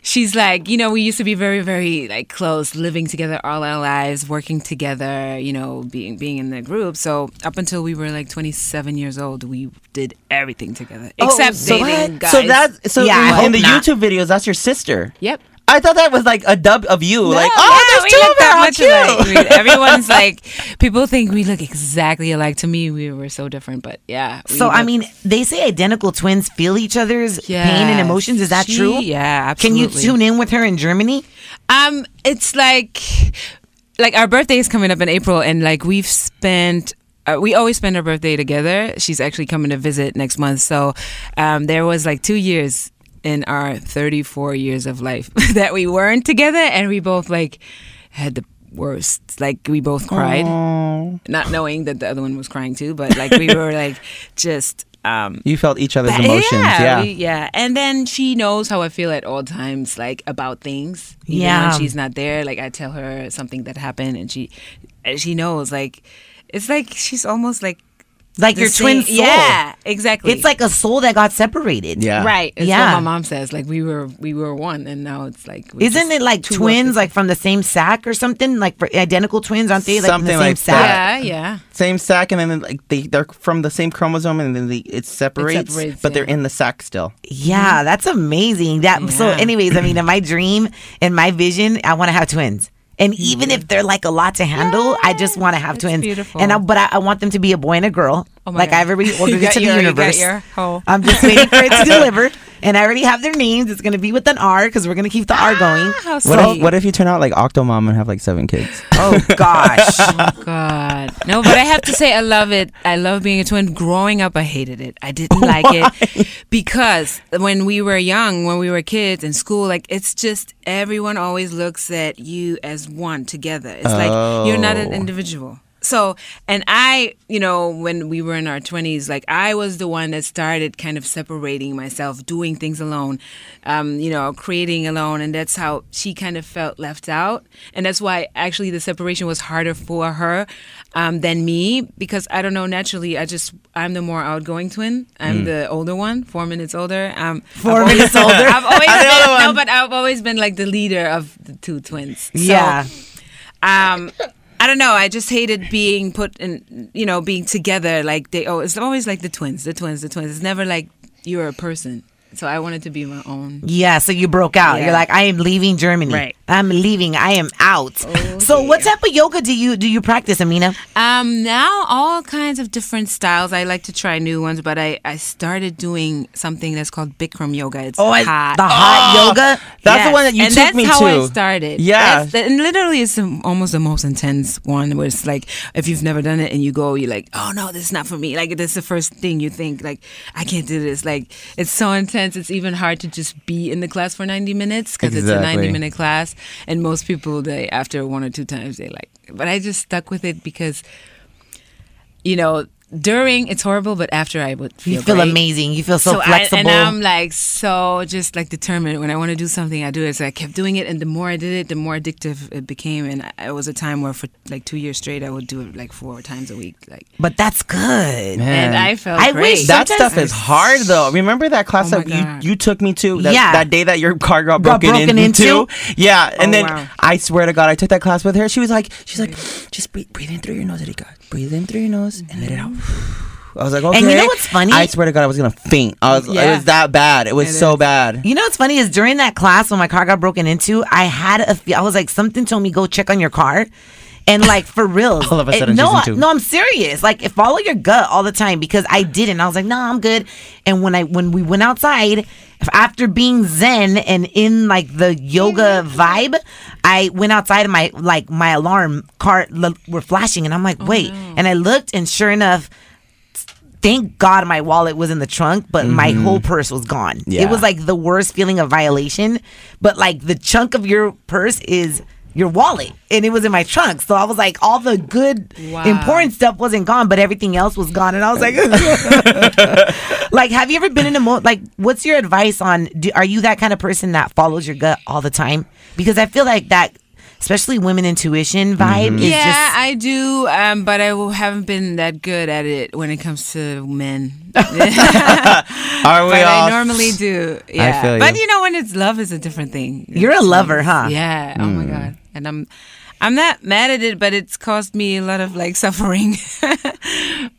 S3: she's like, you know, we used to be very, very like close, living together all our lives, working together, you know, being being in the group. So up until we were like 27 years old, we did everything together,
S1: Oh,
S3: except
S2: so
S3: dating
S2: what?
S3: guys.
S2: So that so
S1: Yeah, I hope
S2: in the
S1: not.
S2: YouTube videos, that's your sister.
S3: Yep.
S2: I thought that was like a dub of you. like,
S3: No, yeah,
S2: oh,
S3: we
S2: there's two
S3: look
S2: of her.
S3: that
S2: How
S3: much
S2: cute.
S3: alike. We-
S1: <laughs>
S3: everyone's like, people think we look exactly alike. To me, we were so different, but yeah. we
S1: so, I
S3: look-
S1: mean, they say identical twins feel each other's pain and
S3: Yes.
S1: emotions. Is that
S3: She-
S1: true?
S3: yeah,
S1: Can
S3: absolutely.
S1: you tune in with her in Germany?
S3: um, it's like, like our birthday is coming up in April, and like we've spent. Uh, we always spend our birthday together. She's actually coming to visit next month. So um, there was like two years in our 34 years of life <laughs> that we weren't together, and we both like had the worst. Like we both cried. not knowing that the other one was crying too, but like we were like just um
S2: You felt each other's
S3: but
S2: emotions. Yeah.
S3: we- yeah. And then she knows how I feel at all times, like about things. Even
S1: Yeah.
S3: when she's not there, like I tell her something that happened, and she, and she knows. Like it's like she's almost like
S1: Like
S3: the
S1: your twin soul.
S3: same- Yeah, exactly.
S1: It's like a soul that got separated.
S2: Yeah.
S3: right. It's
S1: Yeah.
S3: what my mom says. Like we were, we were one, and now it's like we're
S1: Isn't
S3: just
S1: it like
S3: two of
S1: twins,
S3: the-
S1: like from the same sack or something? Like for identical twins, aren't they? Like
S2: Something
S1: in the same
S2: like
S1: sack.
S3: yeah, yeah.
S2: Same sack, and then like they they're from the same chromosome, and then they, it separates,
S3: separates,
S2: but they're
S3: yeah.
S2: in the sack still.
S1: Yeah, that's amazing. That so.
S3: Mm-hmm. Yeah.
S1: Anyways, I mean, in
S3: <clears throat>
S1: my dream, in my vision, I want to have twins. And even if they're like a lot to handle, I just want to have twins.
S3: beautiful.
S1: And I, but I, I want them to be a boy and a girl.
S3: Oh my
S1: like
S3: God.
S1: I've
S3: <laughs>
S1: already
S3: You
S1: ordered it
S3: got
S1: to the
S3: your- you got
S1: universe.
S3: your hoe.
S1: I'm just waiting for
S3: <laughs>
S1: it to deliver. And I already have their names. It's gonna be with an R because we're gonna keep the R going.
S3: How
S2: What if,
S3: sweet.
S2: what if you turn out like Octomom and have like seven kids?
S1: Oh
S3: <laughs>
S1: gosh.
S3: God. No, but I have to say, I love it. I love being a twin. Growing up, I hated it. I didn't like it because when we were young, when we were kids in school, like it's just everyone always looks at you as one together. It's like you're not an
S2: Oh.
S3: individual. So, and I, you know, when we were in our 20s, like I was the one that started kind of separating myself, doing things alone, um, you know, creating alone. And that's how she kind of felt left out. And that's why actually the separation was harder for her um, than me because I don't know, naturally, I just, I'm the more outgoing twin. I'm the older one, four minutes older. Um,
S1: Mm. Four minutes older.
S3: <laughs> I've
S1: <laughs>
S3: always
S2: other
S3: been, no,
S2: one.
S3: but I've always been like the leader of the two twins. So,
S1: Yeah.
S3: um I don't know. I just hated being put in, you know, being together. Like they, oh, it's always like the twins, the twins, the twins. It's never like you're a person. So I wanted to be my own.
S1: Yeah, so you broke out. You're
S3: Yeah.
S1: like, I am leaving Germany.
S3: Right. Oh,
S1: I'm leaving. I am out. so, what type of yoga do you do you practice, Amina?
S3: Um, now all kinds of different styles. I like to try new ones, but Oh, I I started doing something that's called Bikram yoga. It's
S1: Oh, I-
S3: hot.
S1: the hot yoga.
S2: That's the one that you
S3: and
S2: took
S3: that's
S2: me
S3: how
S2: to.
S3: I started.
S2: Yeah.
S3: That's the- and literally, it's the- almost the most intense one where it's like, if you've never done it and you go, you're like, oh no, this is not for me. Like, that's the first thing you think, like, I can't do this. Like, it's so intense. It's even hard to just be in the class for 90 minutes because it's a
S2: Exactly.
S3: 90 minute class. And most people, they, after one or two times, they like, but I just stuck with it because, you know, during it's horrible, but after I would feel
S1: You feel
S3: great
S1: amazing. You feel so,
S3: I-
S1: flexible.
S3: and I'm like so just like determined. When I want to do something, I do it. So I kept doing it, and the more I did it, the more addictive it became. And I- it was a time where for like two years straight, I would do it like four times a week. Like,
S1: but that's good.
S3: and I felt
S1: I
S3: great.
S1: wish
S2: that
S1: Sometimes-
S2: stuff is hard though. Remember that class
S3: Oh my
S2: that you,
S3: God.
S2: you took me to? That,
S1: Yeah.
S2: That day that your car got
S1: Got
S2: broken,
S1: broken
S2: into?
S1: into?
S2: Yeah. And
S3: Oh,
S2: then
S3: wow.
S2: I swear to God, I took that class with her. She was like, she's like, <gasps> just breathe, breathe in through your nose, Erika. Breathe in through your nose and let it out. <sighs>
S3: Mm-hmm.
S2: I was like, okay.
S1: you know what's funny?
S2: I swear to God, I was gonna faint. I was, It
S3: Yeah.
S2: was that bad. It was
S3: It
S2: so
S3: is.
S2: bad.
S1: You know what's funny is during that class when my car got broken into, I had a fe- I was like something told me go check on your car. And like for real,
S2: <laughs> All of a sudden,
S1: no,
S2: she's
S1: I-
S2: into-
S1: no, I'm serious. Like, if follow your gut all the time because I didn't. I was like, no, I'm good. And when I when we went outside, if- after being zen and in like the yoga vibe, I went outside and my like my alarm car l- were flashing, and I'm like, wait. And I looked, and sure enough, thank God my wallet was in the trunk, but my whole purse was gone.
S2: Mm-hmm. Yeah.
S1: It was like the worst feeling of violation, but like the chunk of your purse is your wallet and it was in my trunk. So I was like, all the good,
S3: Wow.
S1: important stuff wasn't gone, but everything else was gone. And I was like, <laughs> like, have you ever been in a mo? Like, what's your advice on? Do, are you that kind of person that follows your gut all the time? Because I feel like that, especially women intuition vibe, is
S3: yeah,
S1: just
S3: I do, um, but I w- haven't been that good at it when it comes to men.
S2: Are we
S3: but
S2: all?
S3: I
S2: <sighs>
S3: normally do. Yeah,
S2: feel
S3: but
S2: you.
S3: you know, when it's love, is a different thing.
S1: You're a lover, huh?
S3: Yeah. Oh
S2: Hmm.
S3: my god. And I'm, I'm not mad at it, but it's caused me a lot of like <laughs> suffering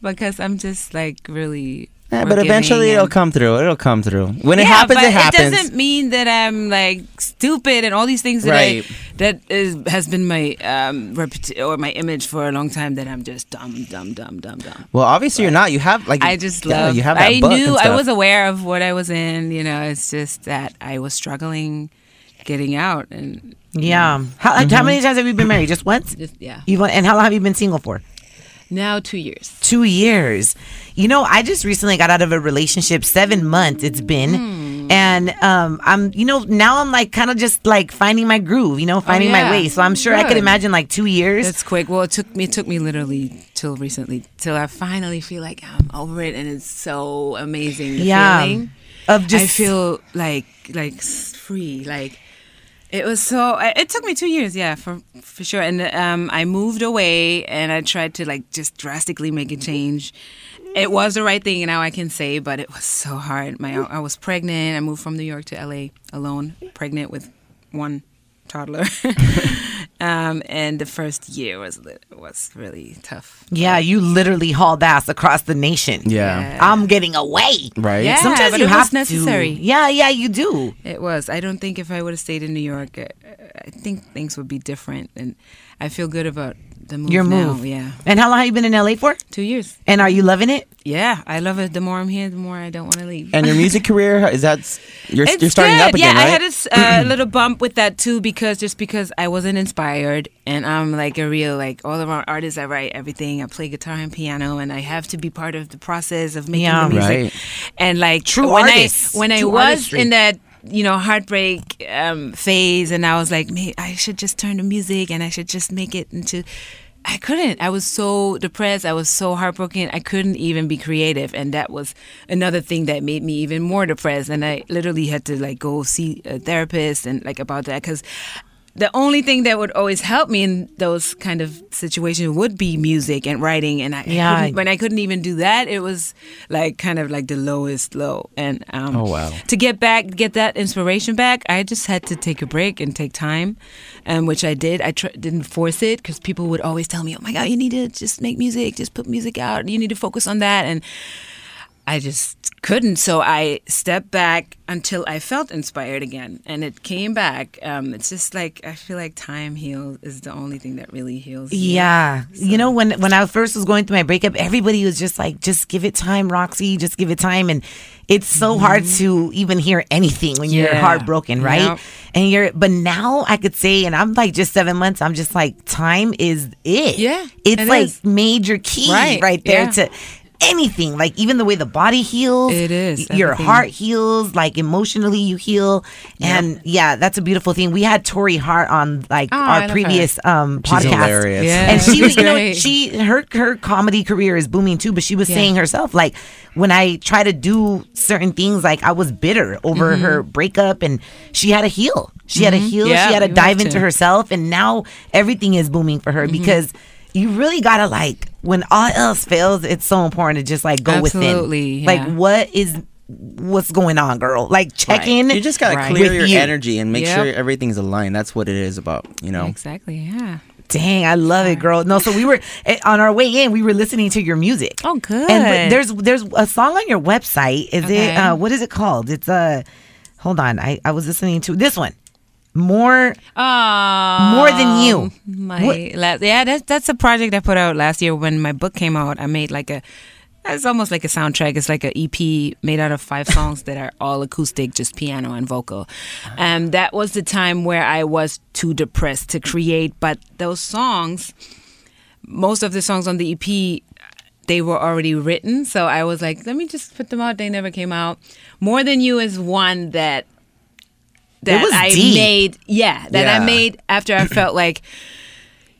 S3: because I'm just like really.
S2: Yeah, but eventually
S3: forgiving
S2: it'll
S3: and-
S2: come through. It'll come through. When it
S3: yeah,
S2: happens,
S3: but
S2: it happens.
S3: doesn't mean that I'm like stupid and all these things that
S2: Right.
S3: I, that is has been my um reput- or my image for a long time that I'm just dumb, dumb, dumb, dumb, dumb.
S2: well, obviously you're not. You have like
S3: I just
S2: yeah,
S3: love.
S2: You have that
S3: I
S2: book
S3: knew
S2: and
S3: I
S2: stuff.
S3: was aware of what I was in. You know, it's just that I was struggling getting out and
S1: Yeah. How, how many times have you been married? Just once?
S3: just yeah.
S1: You want, and how long have you been single for?
S3: Now two years.
S1: Two years. You know, I just recently got out of a relationship. Seven months it's been,
S3: Mm.
S1: and um, I'm you know now I'm like kind of just like finding my groove. You know, finding my
S3: Oh, yeah.
S1: way. So I'm sure I could
S3: Good.
S1: imagine like two years.
S3: That's quick. Well, it took me it took me literally till recently till I finally feel like I'm over it, and it's so amazing. the
S1: yeah.
S3: feeling.
S1: Of just
S3: I feel like like s- free. Like it was so. I- It took me two years, yeah, for for sure. And um, I moved away, and I tried to like just drastically make a change. It was the right thing, and now I can say, but it was so hard. My I was pregnant. I moved from New York to LA alone, pregnant with one toddler. <laughs> um, and the first year was lit- was really tough.
S1: yeah. You literally hauled ass across the nation.
S2: Yeah.
S1: I'm getting away.
S2: Right.
S3: Yeah,
S1: Sometimes
S3: but
S1: you
S3: it
S1: have
S3: was necessary.
S1: To. Yeah, yeah, you do.
S3: It was. I don't think if I would have stayed in New York, I, I think things would be different. And I feel good about the move.
S1: Your
S3: now.
S1: move.
S3: Yeah.
S1: And how long have you been in LA for?
S3: Two years.
S1: And are you loving it?
S3: Yeah. I love it. The more I'm here, the more I don't want to leave.
S2: And your music career is that s- you're
S3: it's
S2: you're starting
S3: good.
S2: up again,
S3: yeah,
S2: right?
S3: I had a s- uh, little bump with that too because just because I wasn't inspired, and I'm like a real like all around artist. I write everything. I play guitar and piano, and I have to be part of the process of making
S1: Yeah.
S3: the music.
S2: Right.
S3: And like
S1: True
S3: when
S1: artists.
S3: I when I
S1: True
S3: was
S1: artistry.
S3: in that you know heartbreak um, phase, and I was like, "Man, I should just turn to music, and I should just make it into. I couldn't. I was so depressed. I was so heartbroken. I couldn't even be creative, and that was another thing that made me even more depressed. And I literally had to like go see a therapist and like about that because the only thing that would always help me in those kind of situations would be music and writing and I
S1: Yeah.
S3: yeah. when I couldn't even do that it was like kind of like the lowest low and um
S2: Oh, wow.
S3: to get back get that inspiration back I just had to take a break and take time um which I did I tr- didn't force it cuz people would always tell me oh my god you need to just make music just put music out you need to focus on that and I just couldn't. So I stepped back until I felt inspired again, and it came back. Um, it's just like I feel like time heals is the only thing that really heals. you.
S1: Yeah. You know, when when I first was going through my breakup, everybody was just like, just give it time, Roxy, just give it time. And it's so hard to even hear anything when you're
S3: Mm-hmm. Yeah.
S1: heartbroken, right?
S3: Yep.
S1: And you're but now I could say, and I'm like just seven months, I'm just like, time is it.
S3: Yeah,
S1: It's
S3: it
S1: like
S3: is.
S1: major key right,
S3: Right,
S1: there
S3: yeah.
S1: to anything. Like even the way the body heals.
S3: It is,
S1: y- Your
S3: everything.
S1: heart heals, like emotionally you heal. And yeah, that's a beautiful thing. We had Tori Hart on like
S3: Oh, I
S1: our
S3: love her.
S1: previous um
S2: She's
S1: podcast.
S2: hilarious.
S3: Yeah.
S1: And
S3: <laughs>
S1: she was,
S3: she's
S1: you know,
S3: great.
S1: she her her comedy career is booming too. But she was
S3: Yeah.
S1: saying herself, like, when I try to do certain things, like I was bitter over
S3: Mm-hmm.
S1: her breakup, and she had to heal. She had to heal.
S3: Yeah,
S1: she had to
S3: you
S1: dive
S3: have
S1: into
S3: to. Mm-hmm.
S1: herself, and now everything is booming for her because you really gotta like when all else fails, it's so important to just like go
S3: Absolutely,
S1: within.
S3: yeah.
S1: Like, what is what's going on, girl? Like, check
S3: Right.
S1: in.
S2: You just gotta
S3: Right.
S2: clear
S1: with
S2: your
S1: you.
S2: energy and make
S3: Yep.
S2: sure everything's aligned. That's what it is about, you know.
S3: Exactly. Yeah.
S1: Dang, I love it, girl. No, so we were eh, on our way in. We were listening to your music.
S3: Oh, good.
S1: And but there's there's a song on your website. Is
S3: Okay.
S1: it uh, what is it called? It's uh, hold on. I I was listening to this one. More
S3: Oh,
S1: More Than You.
S3: My
S1: What-
S3: last, yeah, that's that's a project I put out last year when my book came out. I made like a, it's almost like a soundtrack. It's like an EP made out
S1: <laughs>
S3: of five songs that are all acoustic, just piano and vocal. And that was the time where I was too depressed to create. But those songs, most of the songs on the EP. They were already written, so I was like, let me just put them out. They never came out. More Than You is one that that
S1: was
S3: I
S1: deep.
S3: made. Yeah, that
S2: Yeah.
S3: I made after I felt like,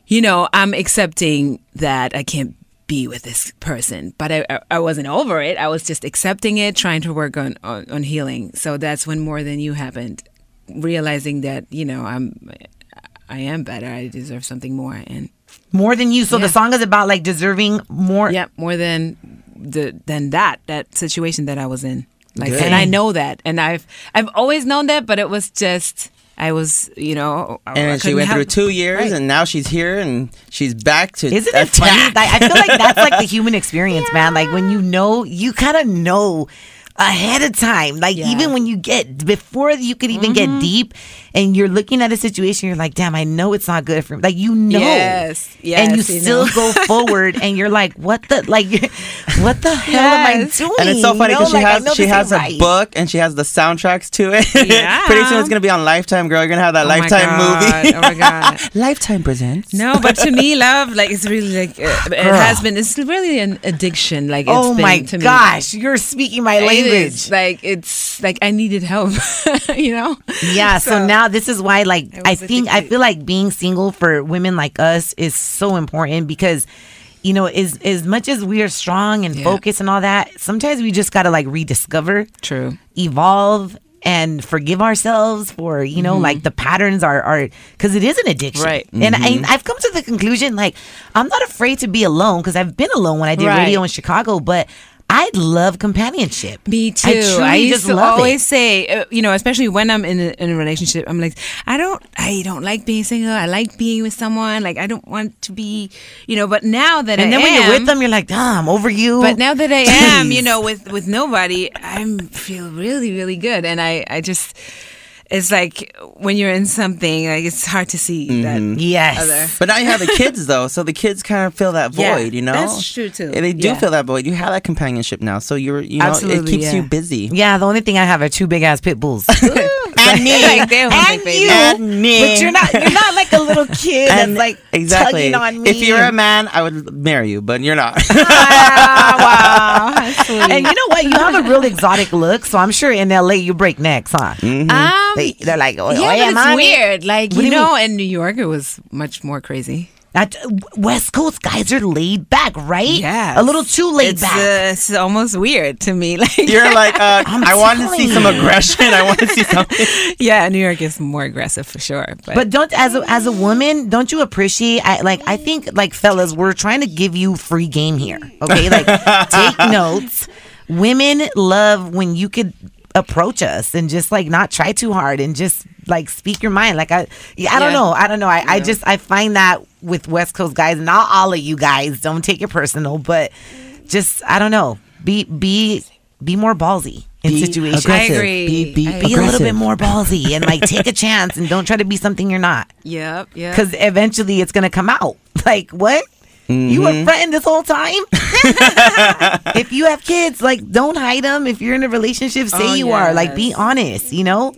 S3: you know, I'm accepting that I can't be with this person, but I, I- I wasn't over it. I was just accepting it, trying to work on, on on healing. So that's when more than you happened, realizing that you know I'm. I am better. I deserve something more, and
S1: more than you. So the
S3: Yeah.
S1: song is about like deserving more.
S3: yeah, more than the than that that situation that I was in. Like,
S2: Good.
S3: and I know that, and I've I've always known that, but it was just I was, you know, I- I
S2: And she
S3: couldn't
S2: went through
S3: help-
S2: two years,
S3: Right.
S2: and now she's here, and she's back to.
S1: Isn't it
S2: that's
S1: funny?
S2: funny.
S1: Like, I feel like that's like the human experience, man. Like when you know, you kind of know ahead of time. Like
S3: Yeah.
S1: even when you get before you could even get deep, and you're looking at a situation, you're like, "Damn, I know it's not good for me." Like you know,
S3: Yes,
S1: and you,
S3: yes, you
S1: still
S3: know.
S1: go forward, and you're like, "What the like? <laughs> What the hell am I
S3: Yes.
S1: doing?"
S2: And it's so funny
S1: You know,
S2: because
S1: like, I
S2: she
S1: know
S2: has she
S1: this
S2: has a
S1: ain't right.
S2: book and she has the soundtracks to it. <laughs>
S3: Yeah.
S2: Pretty soon it's gonna be on Lifetime, girl. You're gonna have that
S3: Oh my
S2: Lifetime
S3: God.
S2: movie.
S3: Oh <laughs> my God.
S2: <laughs> Lifetime presents.
S3: No, but to me, love like it's really like uh, it has been. It's really an addiction. Like it's
S1: Oh
S3: been
S1: my
S3: to me.
S1: gosh, you're speaking my
S3: It
S1: language.
S3: is, like it's like I needed help. <laughs> you know. <laughs>
S1: Yeah, so, now this is why, like, I
S3: was
S1: think I
S3: addicted.
S1: feel like being single for women like us is so important because, you know, as as much as we are strong and
S3: Yeah.
S1: focused and all that, sometimes we just gotta like rediscover,
S3: True.
S1: evolve, and forgive ourselves for you know like the patterns are are because it is an addiction,
S3: Mm-hmm. Right. Mm-hmm.
S1: And I, I've come to the conclusion like I'm not afraid to be alone because I've been alone when I did
S3: Right.
S1: radio in Chicago, but. I love companionship.
S3: Me too.
S1: I truly
S3: used
S1: just
S3: to
S1: love it.
S3: always say, uh, you know, especially when I'm in a, in a relationship, I'm like, I don't, I don't like being single. I like being with someone. Like, I don't want to be, you know. But now that
S1: And
S3: I
S1: then when
S3: am,
S1: you're with them, you're like, "Ah, I'm over you.
S3: But now that I am, you
S1: Jeez.
S3: know, with with nobody, I am feel really, really good, and I I just it's like when you're in something, like it's hard to see
S1: Mm-hmm.
S3: that.
S1: Yes.
S3: Other.
S2: But now you have the kids though, so the kids kind of fill that void,
S3: Yeah,
S2: you know.
S3: that's true, too.
S2: They do
S3: Yeah. <laughs>
S2: feel that void. You have that companionship now, so you're you know it
S3: Absolutely,
S2: keeps
S3: yeah.
S2: you busy.
S1: Yeah, the only thing I have are two big ass pit bulls.
S3: <laughs>
S1: <laughs>
S3: And me,
S1: and you, but you're not. You're not like a little kid that's like
S2: exactly.
S1: tugging on me.
S2: If you're a man, I would marry you, but you're not. <laughs>
S1: and you know what? You have a real exotic look, so I'm sure in LA you break necks, huh?
S3: Um,
S1: They, they're like, oh,
S3: yeah,
S1: yeah,
S3: but it's
S1: mommy."
S3: weird. Like
S1: What
S3: you
S1: do you
S3: know, in New York, it was much more crazy.
S1: That- uh, West Coast guys are laid back, right?
S3: Yes.
S1: a little too laid
S3: It's,
S1: back.
S3: uh, it's almost weird to me. <laughs> Like
S2: You're like, uh, I want to see
S1: telling
S2: some
S1: you.
S2: aggression. I want to
S1: <laughs>
S2: see something.
S3: yeah, New York is more aggressive for sure. But,
S1: But don't as a, as a woman, don't you appreciate? I, like I think like fellas, we're trying to give you free game here. Okay, like take notes. Women love when you could approach us and just like not try too hard and just like speak your mind. Like I, yeah, I don't
S3: Yeah.
S1: know, I don't know. I, I just I find that with West Coast guys, not all of you guys. Don't take it personal, but just I don't know. Be be be more ballsy in
S2: Be
S1: situations.
S2: aggressive.
S3: I agree.
S2: Be, be
S1: Be
S3: I
S1: a little
S2: aggressive.
S1: bit more ballsy and like take a chance and don't try to be something you're not
S3: Yep. Yep.
S1: because eventually it's gonna come out. <laughs> Like what? You
S2: Mm-hmm.
S1: were fretting this whole time. <laughs> if you have kids, like don't hide them. If you're in a relationship, say
S3: Oh,
S1: you are. Like be
S3: yes.
S1: honest. You know.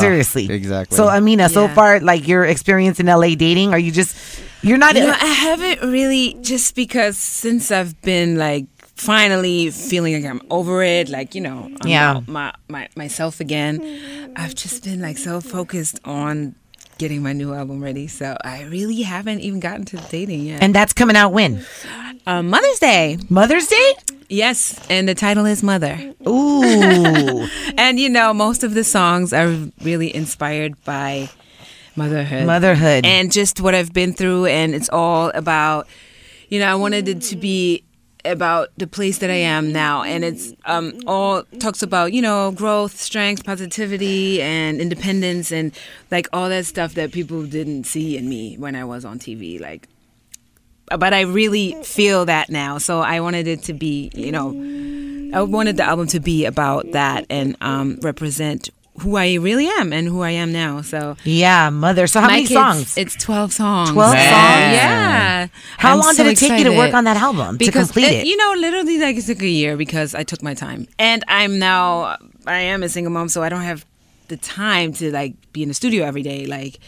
S1: Seriously.
S2: Uh, exactly.
S1: So Amina, so
S3: Yeah.
S1: far, like your experience in LA dating, are you just you're not
S3: You know, I haven't really just because since I've been like finally feeling like I'm over it, like you know, I'm
S1: Yeah.
S3: not my, my myself again. I've just been like so focused on getting my new album ready, so I really haven't even gotten to dating yet.
S1: and that's coming out when?
S3: uh, Mother's Day,
S1: Mother's Day?
S3: yes, and the title is Mother.
S1: Ooh.
S3: <laughs> And you know, most of the songs are really inspired by motherhood.
S1: Motherhood.
S3: and just what I've been through. And it's all about, you know, I wanted it to be about the place that I am now. And it's um, all talks about, you know, growth, strength, positivity, and independence, and like all that stuff that people didn't see in me when I was on TV. Like, but I really feel that now. So I wanted it to be, you know, I wanted the album to be about that and um, represent who I really am and who I am now. So
S1: yeah, mother. So how
S3: my
S1: many
S3: kids,
S1: songs?
S3: It's 12 songs.
S1: 12
S2: Man. songs?
S3: Yeah.
S1: How
S3: I'm
S1: long
S3: so
S1: did it take you to work
S3: excited.
S1: on that album
S3: Because
S1: to complete it?
S3: You know, literally, like it took a year because I took my time, and I'm now I am a single mom, so I don't have the time to like be in the studio every day like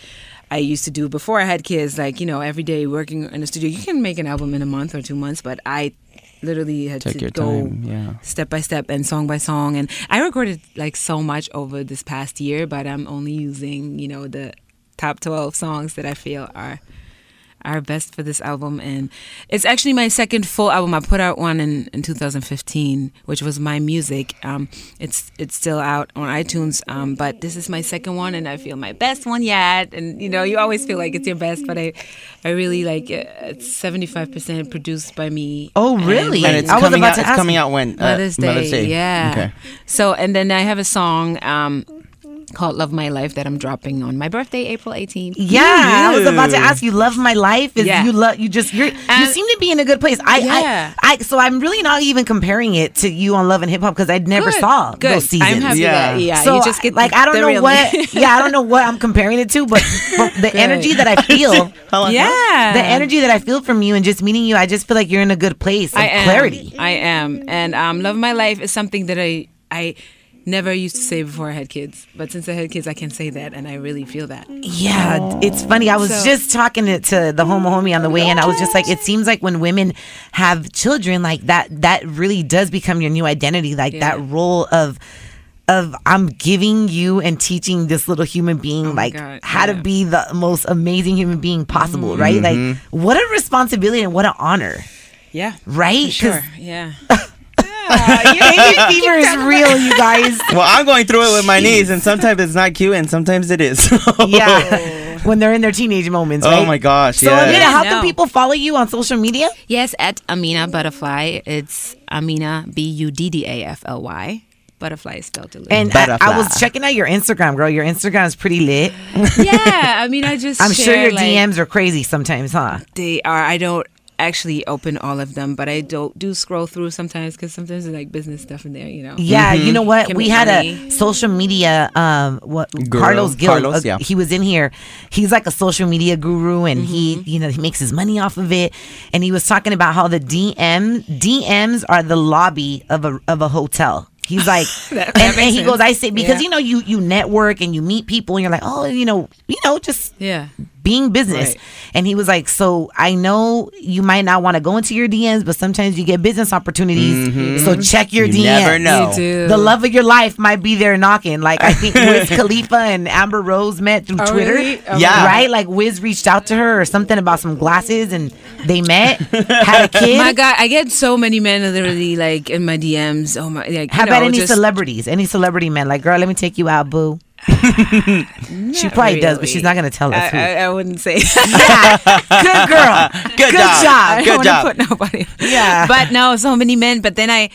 S3: I used to do before I had kids. Like you know, every day working in the studio, you can make an album in a month or two months, but I literally had
S2: Take
S3: to
S2: your
S3: go
S2: time, yeah.
S3: step by step and song by song and i recorded like so much over this past year but i'm only using you know the top 12 songs that i feel are our best for this album and it's actually my second full album i put out one in, in 2015 which was my music um, it's it's still out on itunes um, but this is my second one and i feel my best one yet and you know you always feel like it's your best but i i really like it. it's 75% produced by me
S1: Oh,
S3: And,
S1: really?
S3: like,
S2: and it's
S1: I was
S2: coming
S1: about
S2: out.
S1: to
S2: It's
S1: ask
S2: coming
S1: you.
S2: out when Uh,
S3: Mother's Day, yeah. So, and then I have a song um, called "Love My Life" that I'm dropping on my birthday, April 18th.
S1: Yeah, I was about to ask you. Love my life is
S3: Yeah.
S1: you love you just you're you
S3: And-
S1: seem to be in a good place. I,
S3: Yeah.
S1: I I so I'm really not even comparing it to you on Love and Hip Hop because I never
S3: Good,
S1: saw
S3: good.
S1: those seasons.
S3: I'm happy
S2: Yeah.
S3: that yeah.
S1: so
S3: you just get
S1: like
S3: the-
S1: I don't
S3: the
S1: know
S3: real <laughs> me.
S1: <laughs> what yeah I don't know what I'm comparing it to, but from the energy that I feel,
S3: <laughs> yeah.
S1: the energy that I feel from you and just meeting you, I just feel like you're in a good place of
S3: I am.
S1: clarity.
S3: I am, and um, "Love My Life" is something that I I never used to say before I had kids, but since I had kids, I can say that, and I really feel that.
S1: Yeah, it's funny. I was
S3: Oh, So- Oh,
S1: just talking to, to the homo homie on the way in. I was just like, it seems like when women have children, like that, that really does become your new identity. Like
S3: Yeah.
S1: that role of, of I'm giving you and teaching this little human being like
S3: Oh God,
S1: how to
S3: yeah.
S1: be the most amazing human being possible, right? Like
S2: Mm-hmm.
S1: what a responsibility and what an honor,
S3: Yeah.
S1: right?
S3: For sure. Yeah. <laughs>
S1: baby fever is real, you guys. <laughs>
S2: Well, I'm going through it with my knees, and sometimes it's not cute, and sometimes it is. <laughs>
S3: Oh.
S1: Yeah, when they're in their teenage moments.
S2: oh
S1: right?
S2: my gosh.
S1: So
S2: yeah.
S1: Amina, how can
S3: No.
S1: people follow you on social media?
S3: Yes, at Amina Butterfly. It's Amina B U D D A F L Y. Butterfly is spelled deliberately.
S1: And I, I was
S2: Butterfly.
S1: checking out your Instagram, girl. Your Instagram is pretty lit.
S3: yeah, I mean, I
S1: <laughs>
S3: just
S1: I'm sure
S3: share,
S1: your
S3: like,
S1: DMs are crazy sometimes, huh?
S3: they are. I don't actually open all of them, but I don't do scroll through sometimes because sometimes there's like business stuff in there, you know.
S1: Yeah,
S2: Mm-hmm.
S1: you know what?
S3: Can
S1: we
S3: be
S1: had a
S3: funny.
S1: social media. Um, what
S2: Girl.
S1: Carlos Gil?
S2: Carlos,
S1: uh,
S2: yeah.
S1: He was in here. He's like a social media guru, and he,
S3: Mm-hmm.
S1: you know, he makes his money off of it. And he was talking about how the DM DMs are the lobby of a of a hotel. He's like,
S3: <laughs> That- that
S1: and, and
S3: makes
S1: he goes,
S3: sense.
S1: I say because
S3: Yeah.
S1: you know you you network and you meet people, and you're like, oh, you know, you know, just
S3: Yeah.
S1: being business.
S3: Right.
S1: And he was like, So I know you might not want to go into your DMs, but sometimes you get business opportunities. So check your
S2: Mm-hmm. You
S1: DMs.
S2: never know. You
S3: do.
S1: The love of your life might be there knocking. Like I think Wiz Khalifa and Amber Rose met through
S3: Oh,
S1: Twitter.
S3: really? Oh, my
S2: Yeah. God.
S1: Right? Like Wiz reached out to her or something about some glasses and they met, had a kid.
S3: Oh My God, I get so many men literally like in my DMs. Oh my, like,
S1: How
S3: you
S1: about
S3: know,
S1: any
S3: just,
S1: celebrities? Any celebrity men? Like, girl, let me take you out, boo. she probably does, but she's not going to tell us.
S3: I,
S1: who.
S3: I, I wouldn't say.
S1: yeah. <laughs> Good girl.
S2: Good,
S1: job.
S3: <laughs> I
S2: Good
S3: don't
S2: job.
S3: want to put nobody.
S1: Yeah.
S3: But no, so many men. But then I,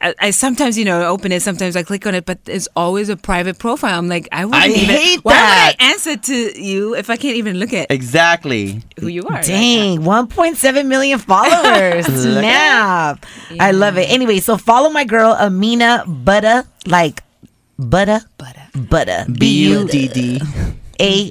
S3: I, I sometimes you know open it, sometimes I click on it, but it's always a private profile. I'm like, I wouldn't even.
S1: hate
S3: why
S1: that.
S3: would I answer to you if I can't even look at
S2: Exactly.
S3: who you are?
S1: Dang, 1.7 million followers. Snap. I love it. Anyway, so follow my girl Amina Butter, like Butter,
S3: Butter.
S1: Butter,
S2: B U D D
S1: A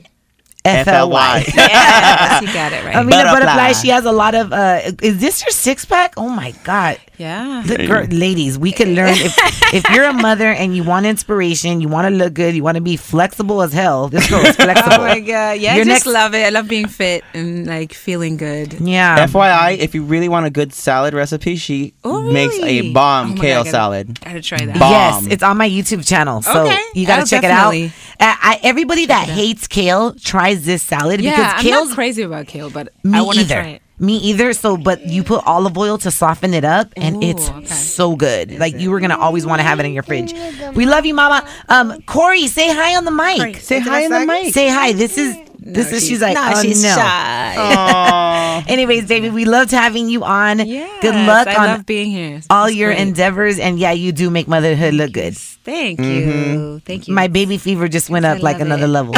S2: F L <laughs> Y.
S3: Yeah, you got it right.
S1: Amina
S2: Butterfly.
S1: Butterfly, she has a lot of. Uh, is this your six pack? Oh my God.
S3: yeah.
S1: Look, girl, ladies, we could learn if, if you're a mother and you want inspiration, you want to look good, you want to be flexible as hell. This girl
S3: <laughs>
S1: is flexible.
S3: Oh my god.
S1: Your
S3: Yeah, I
S1: next-
S3: just love it. I love being fit and like feeling good.
S1: Yeah.
S2: FYI, if you really want a good salad recipe, she
S3: Oh,
S2: makes
S3: really?
S2: a bomb
S3: Oh my God,
S2: kale
S3: I gotta-
S2: salad.
S3: Gotta try that.
S2: Bomb.
S1: Yes, it's on my YouTube channel, so
S3: Okay.
S1: you gotta
S3: Oh,
S1: check
S3: definitely.
S1: it out. Uh, I, everybody that hates kale tries this salad
S3: Yeah,
S1: because
S3: I'm not
S1: kale's
S3: crazy about kale, but
S1: me
S3: I want to
S1: either.
S3: try it.
S1: Me either. So, but you put olive oil to soften it up, and
S3: Ooh,
S1: it's
S3: okay.
S1: so good. like you were gonna always want to have it in your fridge. We love you, Mama. Um, Corey, say hi on the mic.
S2: say hi on the mic.
S1: Say hi. This is this is. She's like, oh, no. Oh.
S2: Aw.
S1: Anyways, David, we loved having you on.
S3: Yeah.
S1: Good luck
S3: I
S1: on
S3: love being here.
S1: all
S3: It's
S1: your
S3: great.
S1: endeavors, and yeah, you do make motherhood look good.
S3: Thank you. Thank you.
S1: Mm-hmm. My baby fever just went up
S3: I
S1: like
S3: love
S1: another
S3: it. <laughs>
S1: level.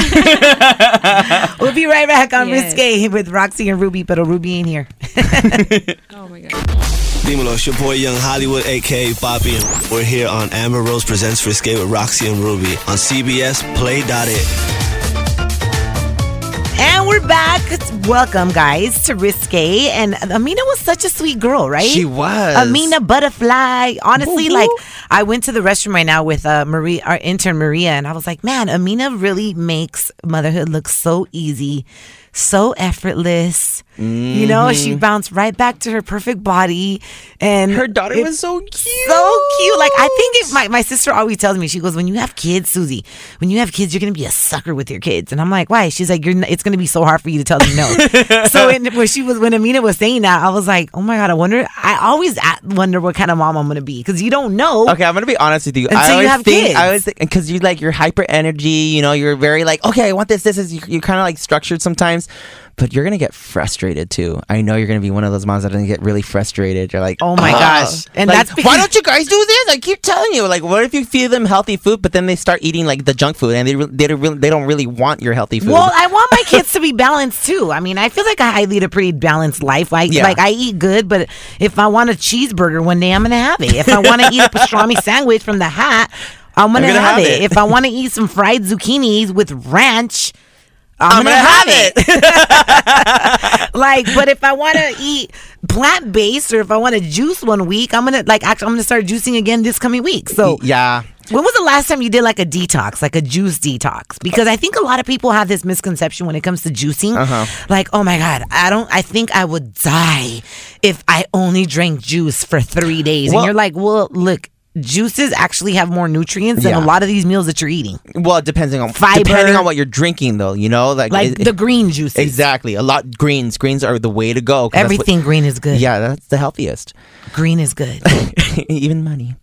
S1: we'll be right back on
S3: Yes.
S1: Risque with Roxy and Ruby, but Ruby ain't here.
S3: oh my god.
S5: Dímelo, it's your boy Young Hollywood, aka Bobby. and We're here on Amber Rose Presents Risque with Roxy and Ruby on CBS Play. Dot It.
S1: And we're back. Welcome, guys, to Risque. And Amina was such a sweet girl, right?
S2: She was.
S1: Amina Butterfly. Honestly, like I went to the restroom right now with uh, Marie, our intern Maria, and I was like, man, Amina really makes motherhood look so easy, so effortless. You know, she bounced right back to her perfect body, and
S2: Mm-hmm. Her daughter
S1: it-
S2: was so cute.
S1: so cute. Like I think it, my my sister always tells me she goes, when you have kids, Susie, when you have kids, you're gonna be a sucker with your kids. And I'm like, why? She's like, you're. n- It's gonna be so hard for you to tell them no. so in, when she was when Amina was saying that, I was like, oh my god, I wonder. I always a- wonder what kind of mom I'm gonna be because you don't know.
S2: Okay, I'm gonna be honest with you.
S1: Until
S2: I
S1: you
S2: always
S1: have
S2: think
S1: kids.
S2: I always think because you like you're hyper energy. You know, you're very like okay, I want this. This is you, you're kind of like structured sometimes, but you're gonna get frustrated too. I know you're gonna be one of those moms that gonna get really frustrated. You're like,
S1: Oh my
S2: "Ugh."
S1: gosh. And
S2: Like,
S1: that's
S2: why
S1: because-
S2: don't you guys do this? I keep telling you. Like, what if you feed them healthy food, but then they start eating like the junk food and they re- they don't really, they don't really want your healthy food.
S1: Well, I want my kids to be balanced too. I mean, I feel like I I lead a pretty balanced life. I
S2: Yeah.
S1: like I eat good, but if I want a cheeseburger one day, I'm gonna have it. If I want to eat a pastrami sandwich from the hat, I'm gonna,
S2: gonna
S1: have,
S2: have
S1: it.
S2: it.
S1: If I want to eat some fried zucchinis with ranch. I'm,
S2: I'm gonna have
S1: it. <laughs> like, but if I want to eat plant based, or if I want to juice one week, I'm gonna like actually I'm gonna start juicing again this coming week. So
S2: yeah.
S1: when was the last time you did like a detox, like a juice detox? Because I think a lot of people have this misconception when it comes to juicing.
S2: Uh-huh.
S1: Like, oh my God, I don't, I think I would die if I only drank juice for three days. and
S2: Well-
S1: you're like, well, look, juices actually have more nutrients than a
S2: Yeah.
S1: lot of these meals that you're eating,
S2: Well, depending on
S1: Fiber.
S2: depending on what you're drinking though, you know, like,
S1: like
S2: it-
S1: the green juices.
S2: exactly a lot greens. Greens are the way to go. 'cause that's what-
S1: Everything green is good.
S2: yeah, that's the
S1: <laughs>
S2: healthiest.
S1: Green is
S2: <laughs>
S1: good.
S2: Even money.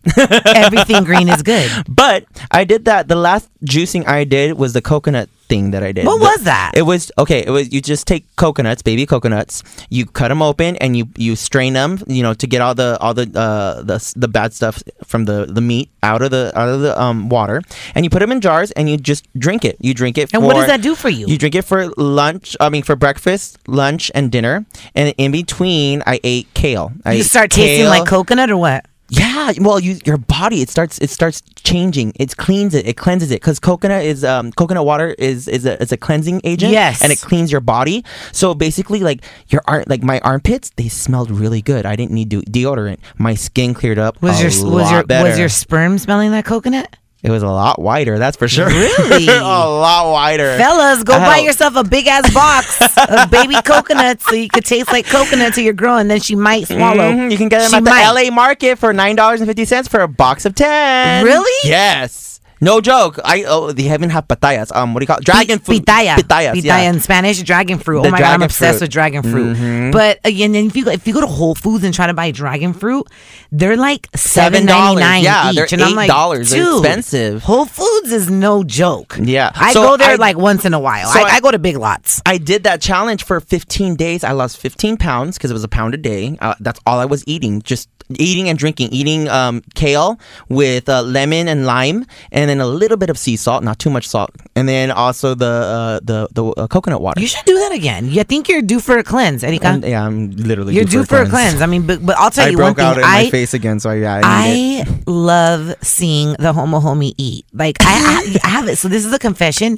S1: Everything green is
S2: <laughs>
S1: good.
S2: But I did that. The last juicing I did was the coconut thing that I did.
S1: What
S2: The-
S1: was that?
S2: It was okay. It was you just take coconuts, baby coconuts. You cut them open and you you strain them. You know to get all the all the uh, the s- the bad stuff from the the meat out of the out of the um water. And you put them in jars and you just drink it. You drink it.
S1: And what
S2: for-
S1: does that do for you?
S2: You drink it for lunch. I mean for breakfast, lunch, and dinner. And in between, I ate kale. I
S1: You
S2: ate
S1: start tasting
S2: kale.
S1: like coconut or what?
S2: Yeah, well, you, your body it starts it starts changing. It cleans it. It cleanses it because coconut is um coconut water is is a is a cleansing agent.
S1: Yes.
S2: and it cleans your body. So basically, like your arm like my armpits, they smelled really good. I didn't need de- deodorant. My skin cleared up.
S1: Was
S2: a
S1: your was
S2: lot
S1: your
S2: better.
S1: was your sperm smelling like
S2: <laughs>
S1: coconut?
S2: It was a lot wider. That's for sure.
S1: Really?
S2: <laughs> a lot wider.
S1: Fellas, go
S2: I had
S1: buy
S2: a-
S1: yourself a big ass box of
S2: <laughs>
S1: baby coconuts so you could taste like coconut to your girl, and then she might swallow.
S2: Mhm, You can get them
S1: Mm-hmm. She
S2: at the
S1: might.
S2: LA market for nine dollars and fifty cents for a box of ten.
S1: Really?
S2: Yes. No joke. I oh they even have patayas. Um, what do you call it? dragon
S1: Pi-
S2: fruit?
S1: Pitaya.
S2: Pitayas.
S1: Pitaya
S2: yeah.
S1: in Spanish, dragon fruit.
S2: The
S1: oh my god, I'm
S2: dragon
S1: obsessed
S2: fruit. Mm-hmm.
S1: with dragon fruit. But again, then if you go, if you go to Whole Foods and try to buy dragon fruit, they're like seven ninety nine
S2: Yeah,
S1: each,
S2: they're
S1: and I'm like,
S2: $8. They're
S1: "Dude,
S2: expensive."
S1: Whole Foods is no joke.
S2: Yeah.
S1: I
S2: So
S1: go there
S2: I-
S1: like once in a while.
S2: so
S1: I,
S2: I-
S1: I go to Big Lots.
S2: I did that challenge for 15 days. I lost 15 pounds because it was a pound a day. Uh, that's all I was eating, just eating and drinking, eating um, kale with uh, lemon and lime, and then a little bit of sea salt, not too much salt, and then also the uh, the the uh, coconut water.
S1: You should do that again. You think you're due for a cleanse, Erika?
S2: And, yeah, I'm literally
S1: you're due for a cleanse. I mean, but, but I'll tell
S2: I
S1: you
S2: broke
S1: one
S2: out
S1: thing.
S2: in
S1: I
S2: my face again, so yeah, I, need it.
S1: I love seeing the homo homie eat. Like I, I, I have it. So this is a confession.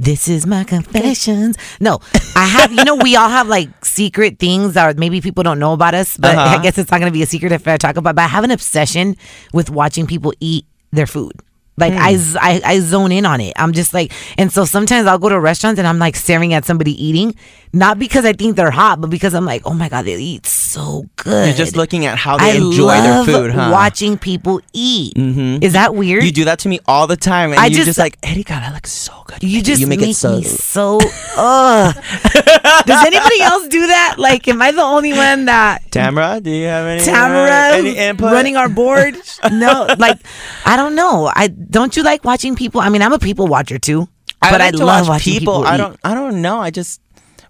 S1: This is my confessions. No, I have. You know, we all have like secret things that maybe people don't know about us. But
S2: Uh-huh.
S1: I guess it's not going to be a secret if I talk about. But I have an obsession with watching people eat their food. Like
S2: Hmm.
S1: I, z- I, I zone in on it. I'm just like, and so sometimes I'll go to restaurants and I'm like staring at somebody eating, not because I think they're hot, but because I'm like, oh my god, they eat so good.
S2: You're just looking at how they enjoy their
S1: love
S2: food, huh? Mm-hmm.
S1: Watching people eat. Is that weird?
S2: you do that to me all the time, and
S1: I
S2: you're
S1: just-
S2: just, like, Eddie, God, that looks so good.
S1: You just
S2: you
S1: make,
S2: make, it so.
S1: me so. Ugh. Does anybody else do that? Like, am I the only one that
S2: Tamara, do you have any uh,
S1: Tamara
S2: any input?
S1: running our
S2: <laughs>
S1: board? no, like I don't know. I don't you like watching people? I mean, I'm a people watcher too, but
S2: like
S1: I
S2: to
S1: love
S2: watch
S1: watching people.
S2: I
S1: eat.
S2: don't. I don't know. I just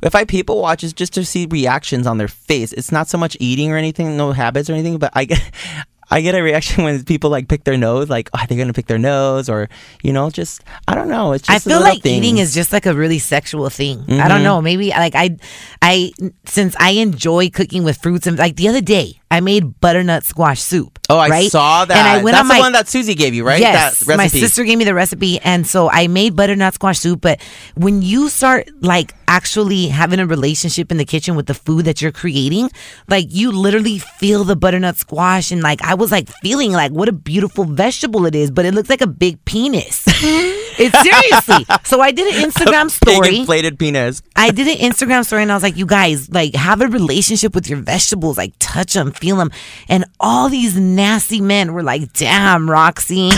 S2: if I people watch, it's just to see reactions on their face. It's not so much eating or anything, no habits or anything. But I get, <laughs> I get a reaction when people like pick their nose, like oh, they're gonna pick their nose, or you know, just I don't know. It's
S1: I
S2: just
S1: feel
S2: little Mm-hmm.
S1: like eating
S2: things.
S1: is just like a really sexual thing. I don't know. Maybe like I, I since I enjoy cooking with fruits and like the other day I made butternut squash soup.
S2: Oh, I
S1: right?
S2: saw that.
S1: And I went
S2: That's
S1: on
S2: the
S1: my
S2: one that Susie gave you, right?
S1: Yes,
S2: that
S1: my
S2: recipe. <laughs>
S1: sister gave me the recipe, and so I made butternut squash soup. But when you start like actually having a relationship in the kitchen with the food that you're creating, like you literally feel the butternut squash, and like I was like feeling like what a beautiful vegetable it is, but it looks like a big
S2: <laughs>
S1: penis. it's seriously. So I did an Instagram
S2: Big
S1: story.
S2: inflated penis.
S1: I did an Instagram story and I was like, you guys, like, have a relationship with your vegetables, like, touch them, feel them. And all these nasty men were like, damn, Roxy.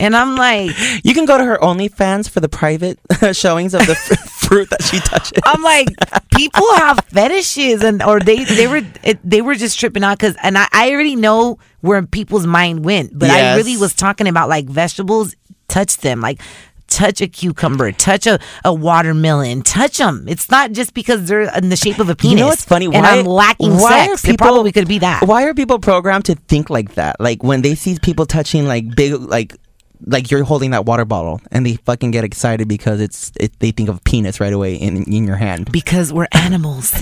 S1: and I'm like,
S2: You can go to her OnlyFans for the private <laughs> showings of the fr- <laughs> fruit that she touches.
S1: I'm like, people have fetishes, and or they they were it, they were just tripping out because, and I, I already know where people's mind went, but I
S2: Yes.
S1: really was talking about like vegetables, touch them, like touch a cucumber, touch a, a watermelon, touch them. It's not just because they're in the shape of a penis.
S2: You know what's funny?
S1: And I'm lacking sex. it probably could be that.
S2: Why are people programmed to think like that? Like when they see people touching like big like like you're holding that water bottle and they fucking get excited because it's it, they think of penis right away in in your hand.
S1: Because we're
S2: <laughs>
S1: animals.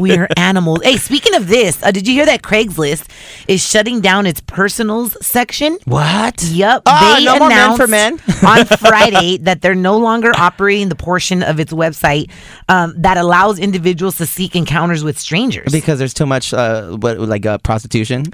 S1: we are animals. Hey, speaking of this, uh, did you hear that Craigslist is shutting down its personals section?
S2: What?
S1: Yep.
S2: Oh,
S1: they
S2: no more men
S1: announced
S2: for men.
S1: <laughs> on Friday that they're no longer operating the portion of its website um, that allows individuals to seek encounters with strangers.
S2: Because there's too much uh what like uh, prostitution.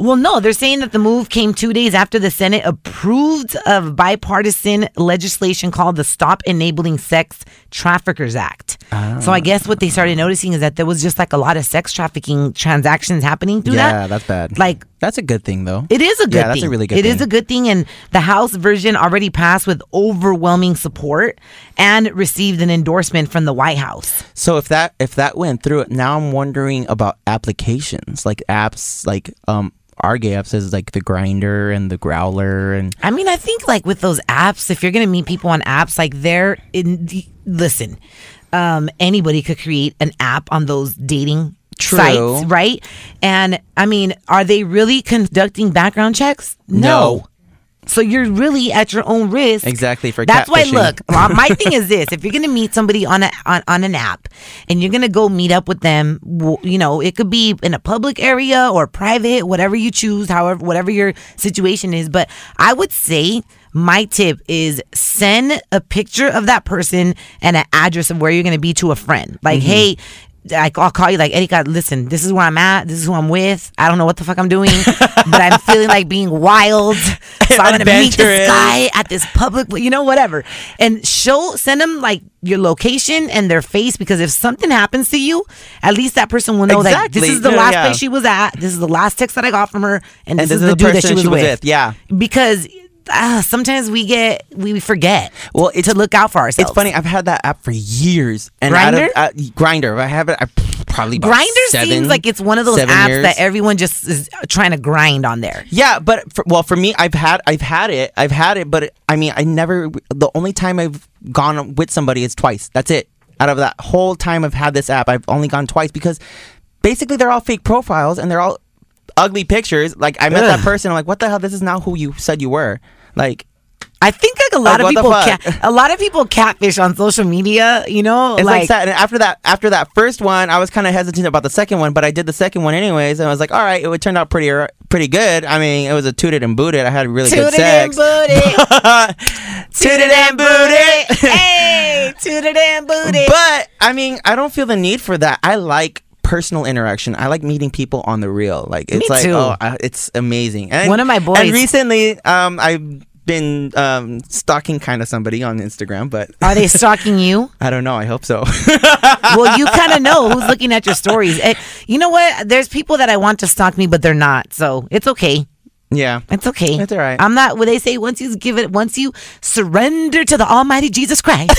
S1: well, no, they're saying that the move came two days after the Senate approved of bipartisan legislation called the Stop Enabling Sex Traffickers Act. So
S2: Ah.
S1: I guess what they started noticing is that there was just like a lot of sex trafficking transactions happening through that.
S2: yeah, that's bad.
S1: Like
S2: that's a good thing though.
S1: It is a good
S2: Yeah, that's
S1: thing.
S2: a really good
S1: It is
S2: thing.
S1: a good thing. And the House version already passed with overwhelming support and received an endorsement from the White House.
S2: So if that if that went through it, now I'm wondering about applications like apps like um our gay apps is like the grinder and the growler and
S1: I mean, I think like with those apps, if you're going to meet people on apps, like they're in, listen, um, anybody could create an app on those dating
S2: True.
S1: sites, right? And I mean, are they really conducting background checks?
S2: No.
S1: So you're really at your own risk.
S2: Exactly, for
S1: that's why.
S2: catfishing.
S1: Look, my my thing is this: if you're gonna meet somebody on a on, on an app, and you're gonna go meet up with them, w- you know, it could be in a public area or private, whatever you choose, however, whatever your situation is. But I would say my tip is send a picture of that person and an address of where you're gonna be to a friend. Like, hey. Like I'll call you, like Erika. Listen, this is where I'm at. This is who I'm with. I don't know what the fuck I'm doing, but I'm feeling like being wild. So I'm gonna meet this
S2: Adventurous.
S1: guy I- at this public, you know, whatever. And show, send them like your location and their face because if something happens to you, at least that person will know that this
S2: Exactly.
S1: is the
S2: Yeah,
S1: last
S2: yeah.
S1: place she was at. This is the last text that I got from her, and this, is, the, dude that she was, with.
S2: Yeah.
S1: Because ah, sometimes we get we forget.
S2: Well, it's-
S1: to look out for ourselves.
S2: It's funny. I've had that app for years. And out of-
S1: Grindr?
S2: uh, Grindr. I have it. I probably about
S1: Grinder
S2: seven,
S1: seems like it's one of those
S2: seven
S1: apps
S2: years.
S1: that everyone just is trying to grind on there.
S2: Yeah, but for, well, for me, I've had I've had it, I've had it, but it, I mean, I never. The only time I've gone with somebody is twice. That's it. Out of that whole time I've had this app, I've only gone twice because basically they're all fake profiles and they're all ugly pictures. Like I met that person, I'm like, what the hell? This is not who you said you were. Like
S1: I think like a lot
S2: Like,
S1: of people,
S2: what the
S1: cat, a lot of people catfish on social media. You know,
S2: it's like, that. And after that, after that first one, I was kind of hesitant about the second one, but I did the second one anyways, and I was like, all right, it turned out pretty pretty good. I mean, it was a tooted and booted. I had really good
S1: tooted and
S2: sex. <laughs>
S1: booted,
S2: Tooted and booted.
S1: hey, tooted and booted.
S2: But I mean, I don't feel the need for that. I like personal interaction. I like meeting people on the real. Like it's like
S1: too.
S2: oh, I, it's amazing. And,
S1: One of my boys-
S2: And recently, um, I've been um stalking kind of somebody on Instagram, but
S1: Are they stalking you?
S2: I don't know. I hope so. <laughs>
S1: well, you kind of know who's looking at your stories. Eh, you know what? There's people that I want to stalk me, but they're not. So it's okay.
S2: yeah.
S1: It's okay.
S2: It's all right.
S1: I'm not. What they say once you give it, once you surrender to the Almighty Jesus
S2: <laughs>
S1: Christ.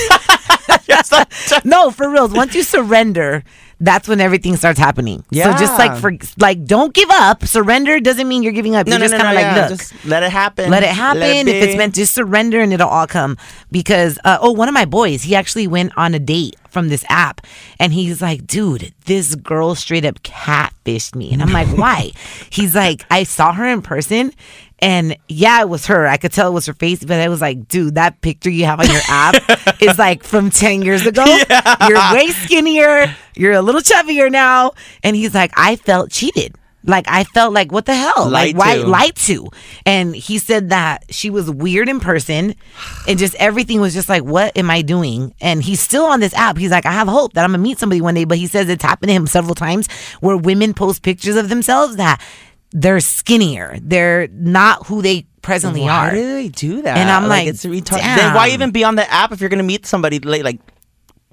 S1: no, for real. Once you surrender, that's when everything starts happening. So just like
S2: Yeah.
S1: for like, don't give up. Surrender doesn't mean you're giving up.
S2: No,
S1: you're
S2: no,
S1: just
S2: no,
S1: kind
S2: no,
S1: of like,
S2: yeah,
S1: look.
S2: Just let it happen.
S1: Let it happen. if it's
S2: be.
S1: meant to surrender and it'll all come. Because uh, oh, one of my boys, he actually went on a date from this app, and he's like, dude, this girl straight up catfished me, and I'm
S2: <laughs>
S1: like, why? He's like, I saw her in person. And yeah, it was her. I could tell it was her face, but I was like, dude, that picture you have on your
S2: <laughs>
S1: app is like from 10 years ago. You're way skinnier. You're a little chubbier now. And he's like, I felt cheated. Like, I felt like, what the hell? like,
S2: Lied
S1: why?
S2: to.
S1: Lied to. And he said that she was weird in person and just everything was just like, what am I doing? And he's still on this app. He's like, I have hope that I'm gonna meet somebody one day. But he says it's happened to him several times where women post pictures of themselves that they're skinnier. They're not who they presently
S2: Why
S1: are.
S2: do they do that?
S1: And I'm like,
S2: it's retarded.
S1: damn.
S2: Then why even be on the app if you're gonna meet somebody like, like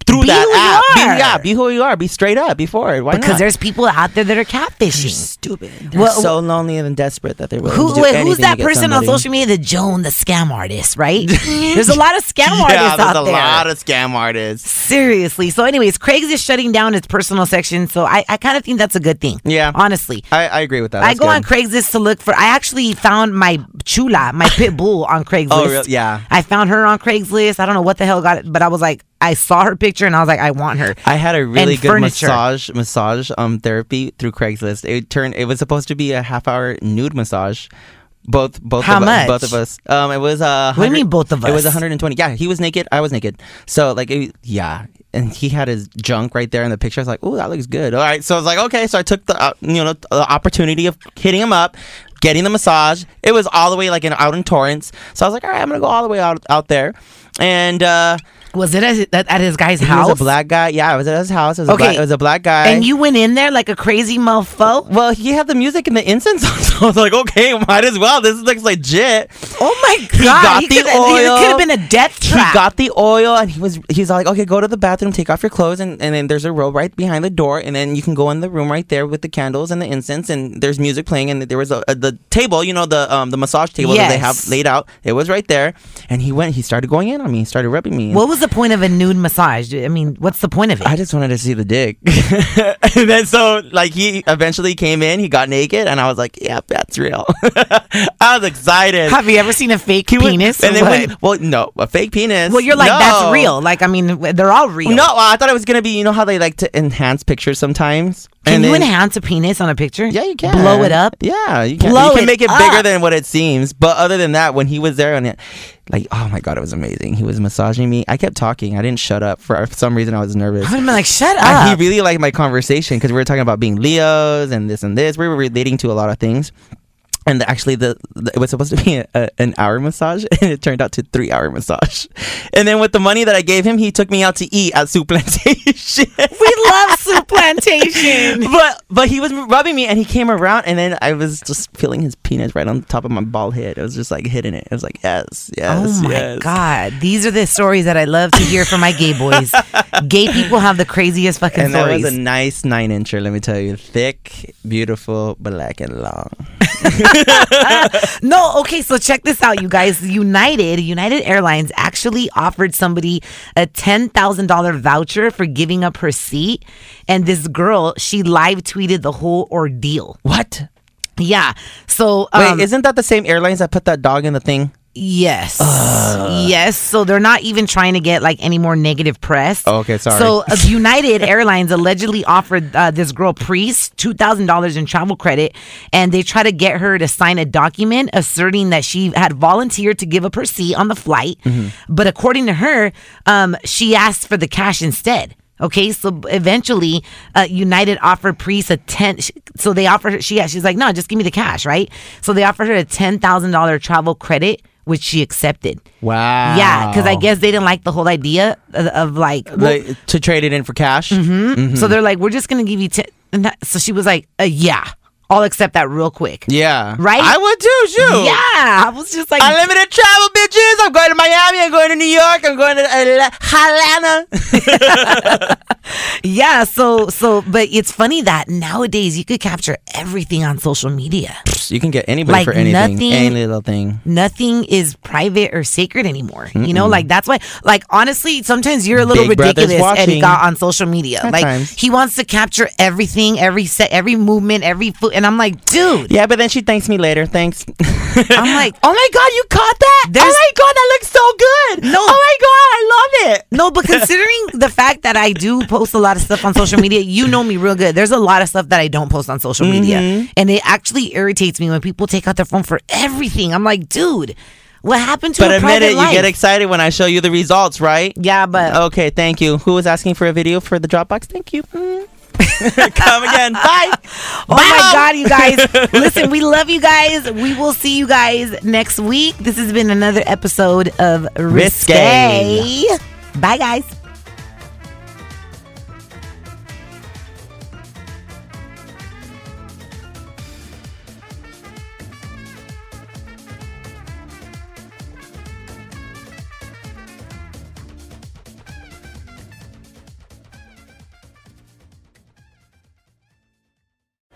S2: through
S1: Be
S2: that
S1: who you
S2: app?
S1: are.
S2: Be, yeah, be who you are. Be straight up before. it. Why
S1: because
S2: not?
S1: there's people out there that are catfishing.
S2: stupid. They're
S1: Mm. Well,
S2: so lonely and desperate that they're willing
S1: Who,
S2: to do
S1: wait,
S2: anything
S1: who's
S2: to
S1: that
S2: get
S1: person
S2: somebody.
S1: on social media? The Joan, the scam artist,
S2: <laughs>
S1: right? there's a lot of scam
S2: Yeah,
S1: artists
S2: there's
S1: out
S2: a
S1: there.
S2: lot of scam artists.
S1: Seriously. So, anyways, Craig's is shutting down its personal section. So, I, I kind of think that's a good thing.
S2: Yeah.
S1: Honestly.
S2: I, I agree with that.
S1: I
S2: That's
S1: go on
S2: good.
S1: Craigslist to look for. I actually found my chula,
S2: <laughs>
S1: my pit bull, on Craigslist.
S2: Oh, really? Yeah.
S1: I found her on Craigslist. I don't know what the hell got it, but I was like, I saw her picture and I was like, I want her.
S2: I had a really
S1: And
S2: good
S1: furniture.
S2: massage massage um therapy through Craigslist. It turned it was supposed to be a half hour nude massage. Both both
S1: How
S2: of
S1: much?
S2: us both of us. Um it was uh
S1: What do you mean,
S2: 100
S1: both of
S2: It was
S1: us?
S2: 120. Yeah, he was naked, I was naked. So like it, yeah. And he had his junk right there in the picture. I was like, "Oh, that looks good." All right, so I was like, "Okay." So I took the uh, you know the opportunity of hitting him up, getting the massage. It was all the way like in out in Torrance. So I was like, "All right, I'm gonna go all the way out out there." And uh,
S1: Was it at, at, at his guy's
S2: he
S1: house?
S2: was a black guy. Yeah, I was at his house. It was,
S1: Okay.
S2: a, black, it was a black guy.
S1: and you went in there like a crazy mofo?
S2: Well, he had the music and the incense <laughs> on, so I was like, okay, might as well. This looks legit.
S1: Oh my God.
S2: got the
S1: could,
S2: oil.
S1: could have been a death trap.
S2: He got the oil and he was he's like, okay, go to the bathroom, take off your clothes, and, and then there's a robe right behind the door, and then you can go in the room right there with the candles and the incense, and there's music playing, and there was a, a- the table, you know, the um the massage table that they
S1: Yes.
S2: have laid out. It was right there, and he went, he started going in on me, he started rubbing me. and
S1: what was the point of a nude massage? I mean, what's the point of it?
S2: I just wanted to see the dick. <laughs> and then so like he eventually came in, he got naked, and I was like, "Yep, that's real." <laughs> I was excited.
S1: have you ever seen a fake
S2: He was-
S1: penis?
S2: and
S1: or
S2: then
S1: what?
S2: when, well, no, a fake penis.
S1: Well, you're like that's
S2: No.
S1: real. Like I mean, they're all real.
S2: No, I thought it was gonna be. You know how they like to enhance pictures sometimes.
S1: can
S2: And
S1: you
S2: then-
S1: enhance a penis on a picture?
S2: Yeah, you can
S1: blow it up.
S2: Yeah, you can.
S1: Blow
S2: you can
S1: it
S2: make it
S1: up.
S2: bigger than what it seems. But other than that, when he was there and it, like, oh my god, it was amazing. He was massaging me. I kept talking. I didn't shut up for some reason. I was nervous.
S1: I would have been like, shut
S2: And
S1: up.
S2: he really liked my conversation because we were talking about being Leos and this and this. We were relating to a lot of things. And actually, the, the it was supposed to be a, a- an hour massage, <laughs> and it turned out to three hour <laughs> massage. And then with the money that I gave him, he took me out to eat at Soup <laughs> Plantation.
S1: we love Fruit plantation.
S2: <laughs> but but he was rubbing me and he came around and then I was just feeling his penis right on the top of my bald head. I was just like hitting it. I was like, yes, yes,
S1: Oh my
S2: yes.
S1: God. These are the stories that I love to hear from my gay
S2: <laughs>
S1: boys. gay people have the craziest fucking
S2: And that
S1: stories.
S2: was a nice nine incher, let me tell you. Thick, beautiful, black and long.
S1: No, okay, so check this out, you guys. United, United Airlines actually offered somebody a $10,000 voucher for giving up her seat. And this girl, she live tweeted the whole ordeal.
S2: What?
S1: Yeah. So,
S2: Wait,
S1: um,
S2: isn't that the same airlines that put that dog in the thing?
S1: yes. Yes. So they're not even trying to get like any more negative press.
S2: Oh, okay, sorry.
S1: So uh, United Airlines allegedly offered uh, this girl Priest $2,000 in travel credit and they tried to get her to sign a document asserting that she had volunteered to give up her seat on the flight. But according to her, um, she asked for the cash instead. Okay, so eventually, uh, United offered Priest a ten. sh- So they offered her. She she's like, no, just give me the cash, right? So they offered her a ten thousand dollar travel credit, which she accepted.
S2: Wow.
S1: Yeah, because I guess they didn't like the whole idea of, of like, well, Mm-hmm.
S2: like, to trade it in for cash. Mm-hmm.
S1: so they're like, we're just gonna give you ten. And that, so she was like, uh, yeah, I'll accept that real quick.
S2: Yeah.
S1: Right?
S2: I would too, shoot.
S1: Yeah, I was just like,
S2: Unlimited travel, bitches. I'm going to Miami. I'm going to New York. I'm going to Al- Havana.
S1: yeah. So, so, but it's funny that nowadays you could capture everything on social media.
S2: you can get anybody
S1: Like
S2: for anything,
S1: nothing.
S2: any little thing.
S1: Nothing is private or sacred anymore. You know, like that's why, like honestly, sometimes you're a little
S2: Big Brother's
S1: ridiculous, Eddie,
S2: watching.
S1: got on social media.
S2: At
S1: like
S2: times.
S1: he wants to capture everything, every set, every movement, every foot, and I'm like, dude,
S2: Yeah, but then she thanks me later.
S1: <laughs>
S2: Thanks.
S1: I'm like,
S2: oh my god, you caught that!
S1: There's-
S2: oh my god, that looks so good!
S1: No.
S2: Oh my god, I love it.
S1: No,
S2: <laughs>
S1: but considering the fact that I do post a lot of stuff on social media, you know me real good. There's a lot of stuff that I don't post on social
S2: Mm-hmm.
S1: media. And it actually irritates me when people take out their phone for everything. I'm like, dude, what happened to
S2: But
S1: a
S2: admit
S1: private
S2: it,
S1: life?
S2: you get Oh. excited when I show you the results, right?
S1: yeah, but
S2: Okay, thank you. Who was asking for a video for the Dropbox? Thank you. Mm. <laughs> Come again. Bye.
S1: oh my God, you
S2: <laughs>
S1: guys. Listen, we love you guys. We will see you guys next week. This has been another episode of Risque.
S2: Risque.
S1: Bye, guys.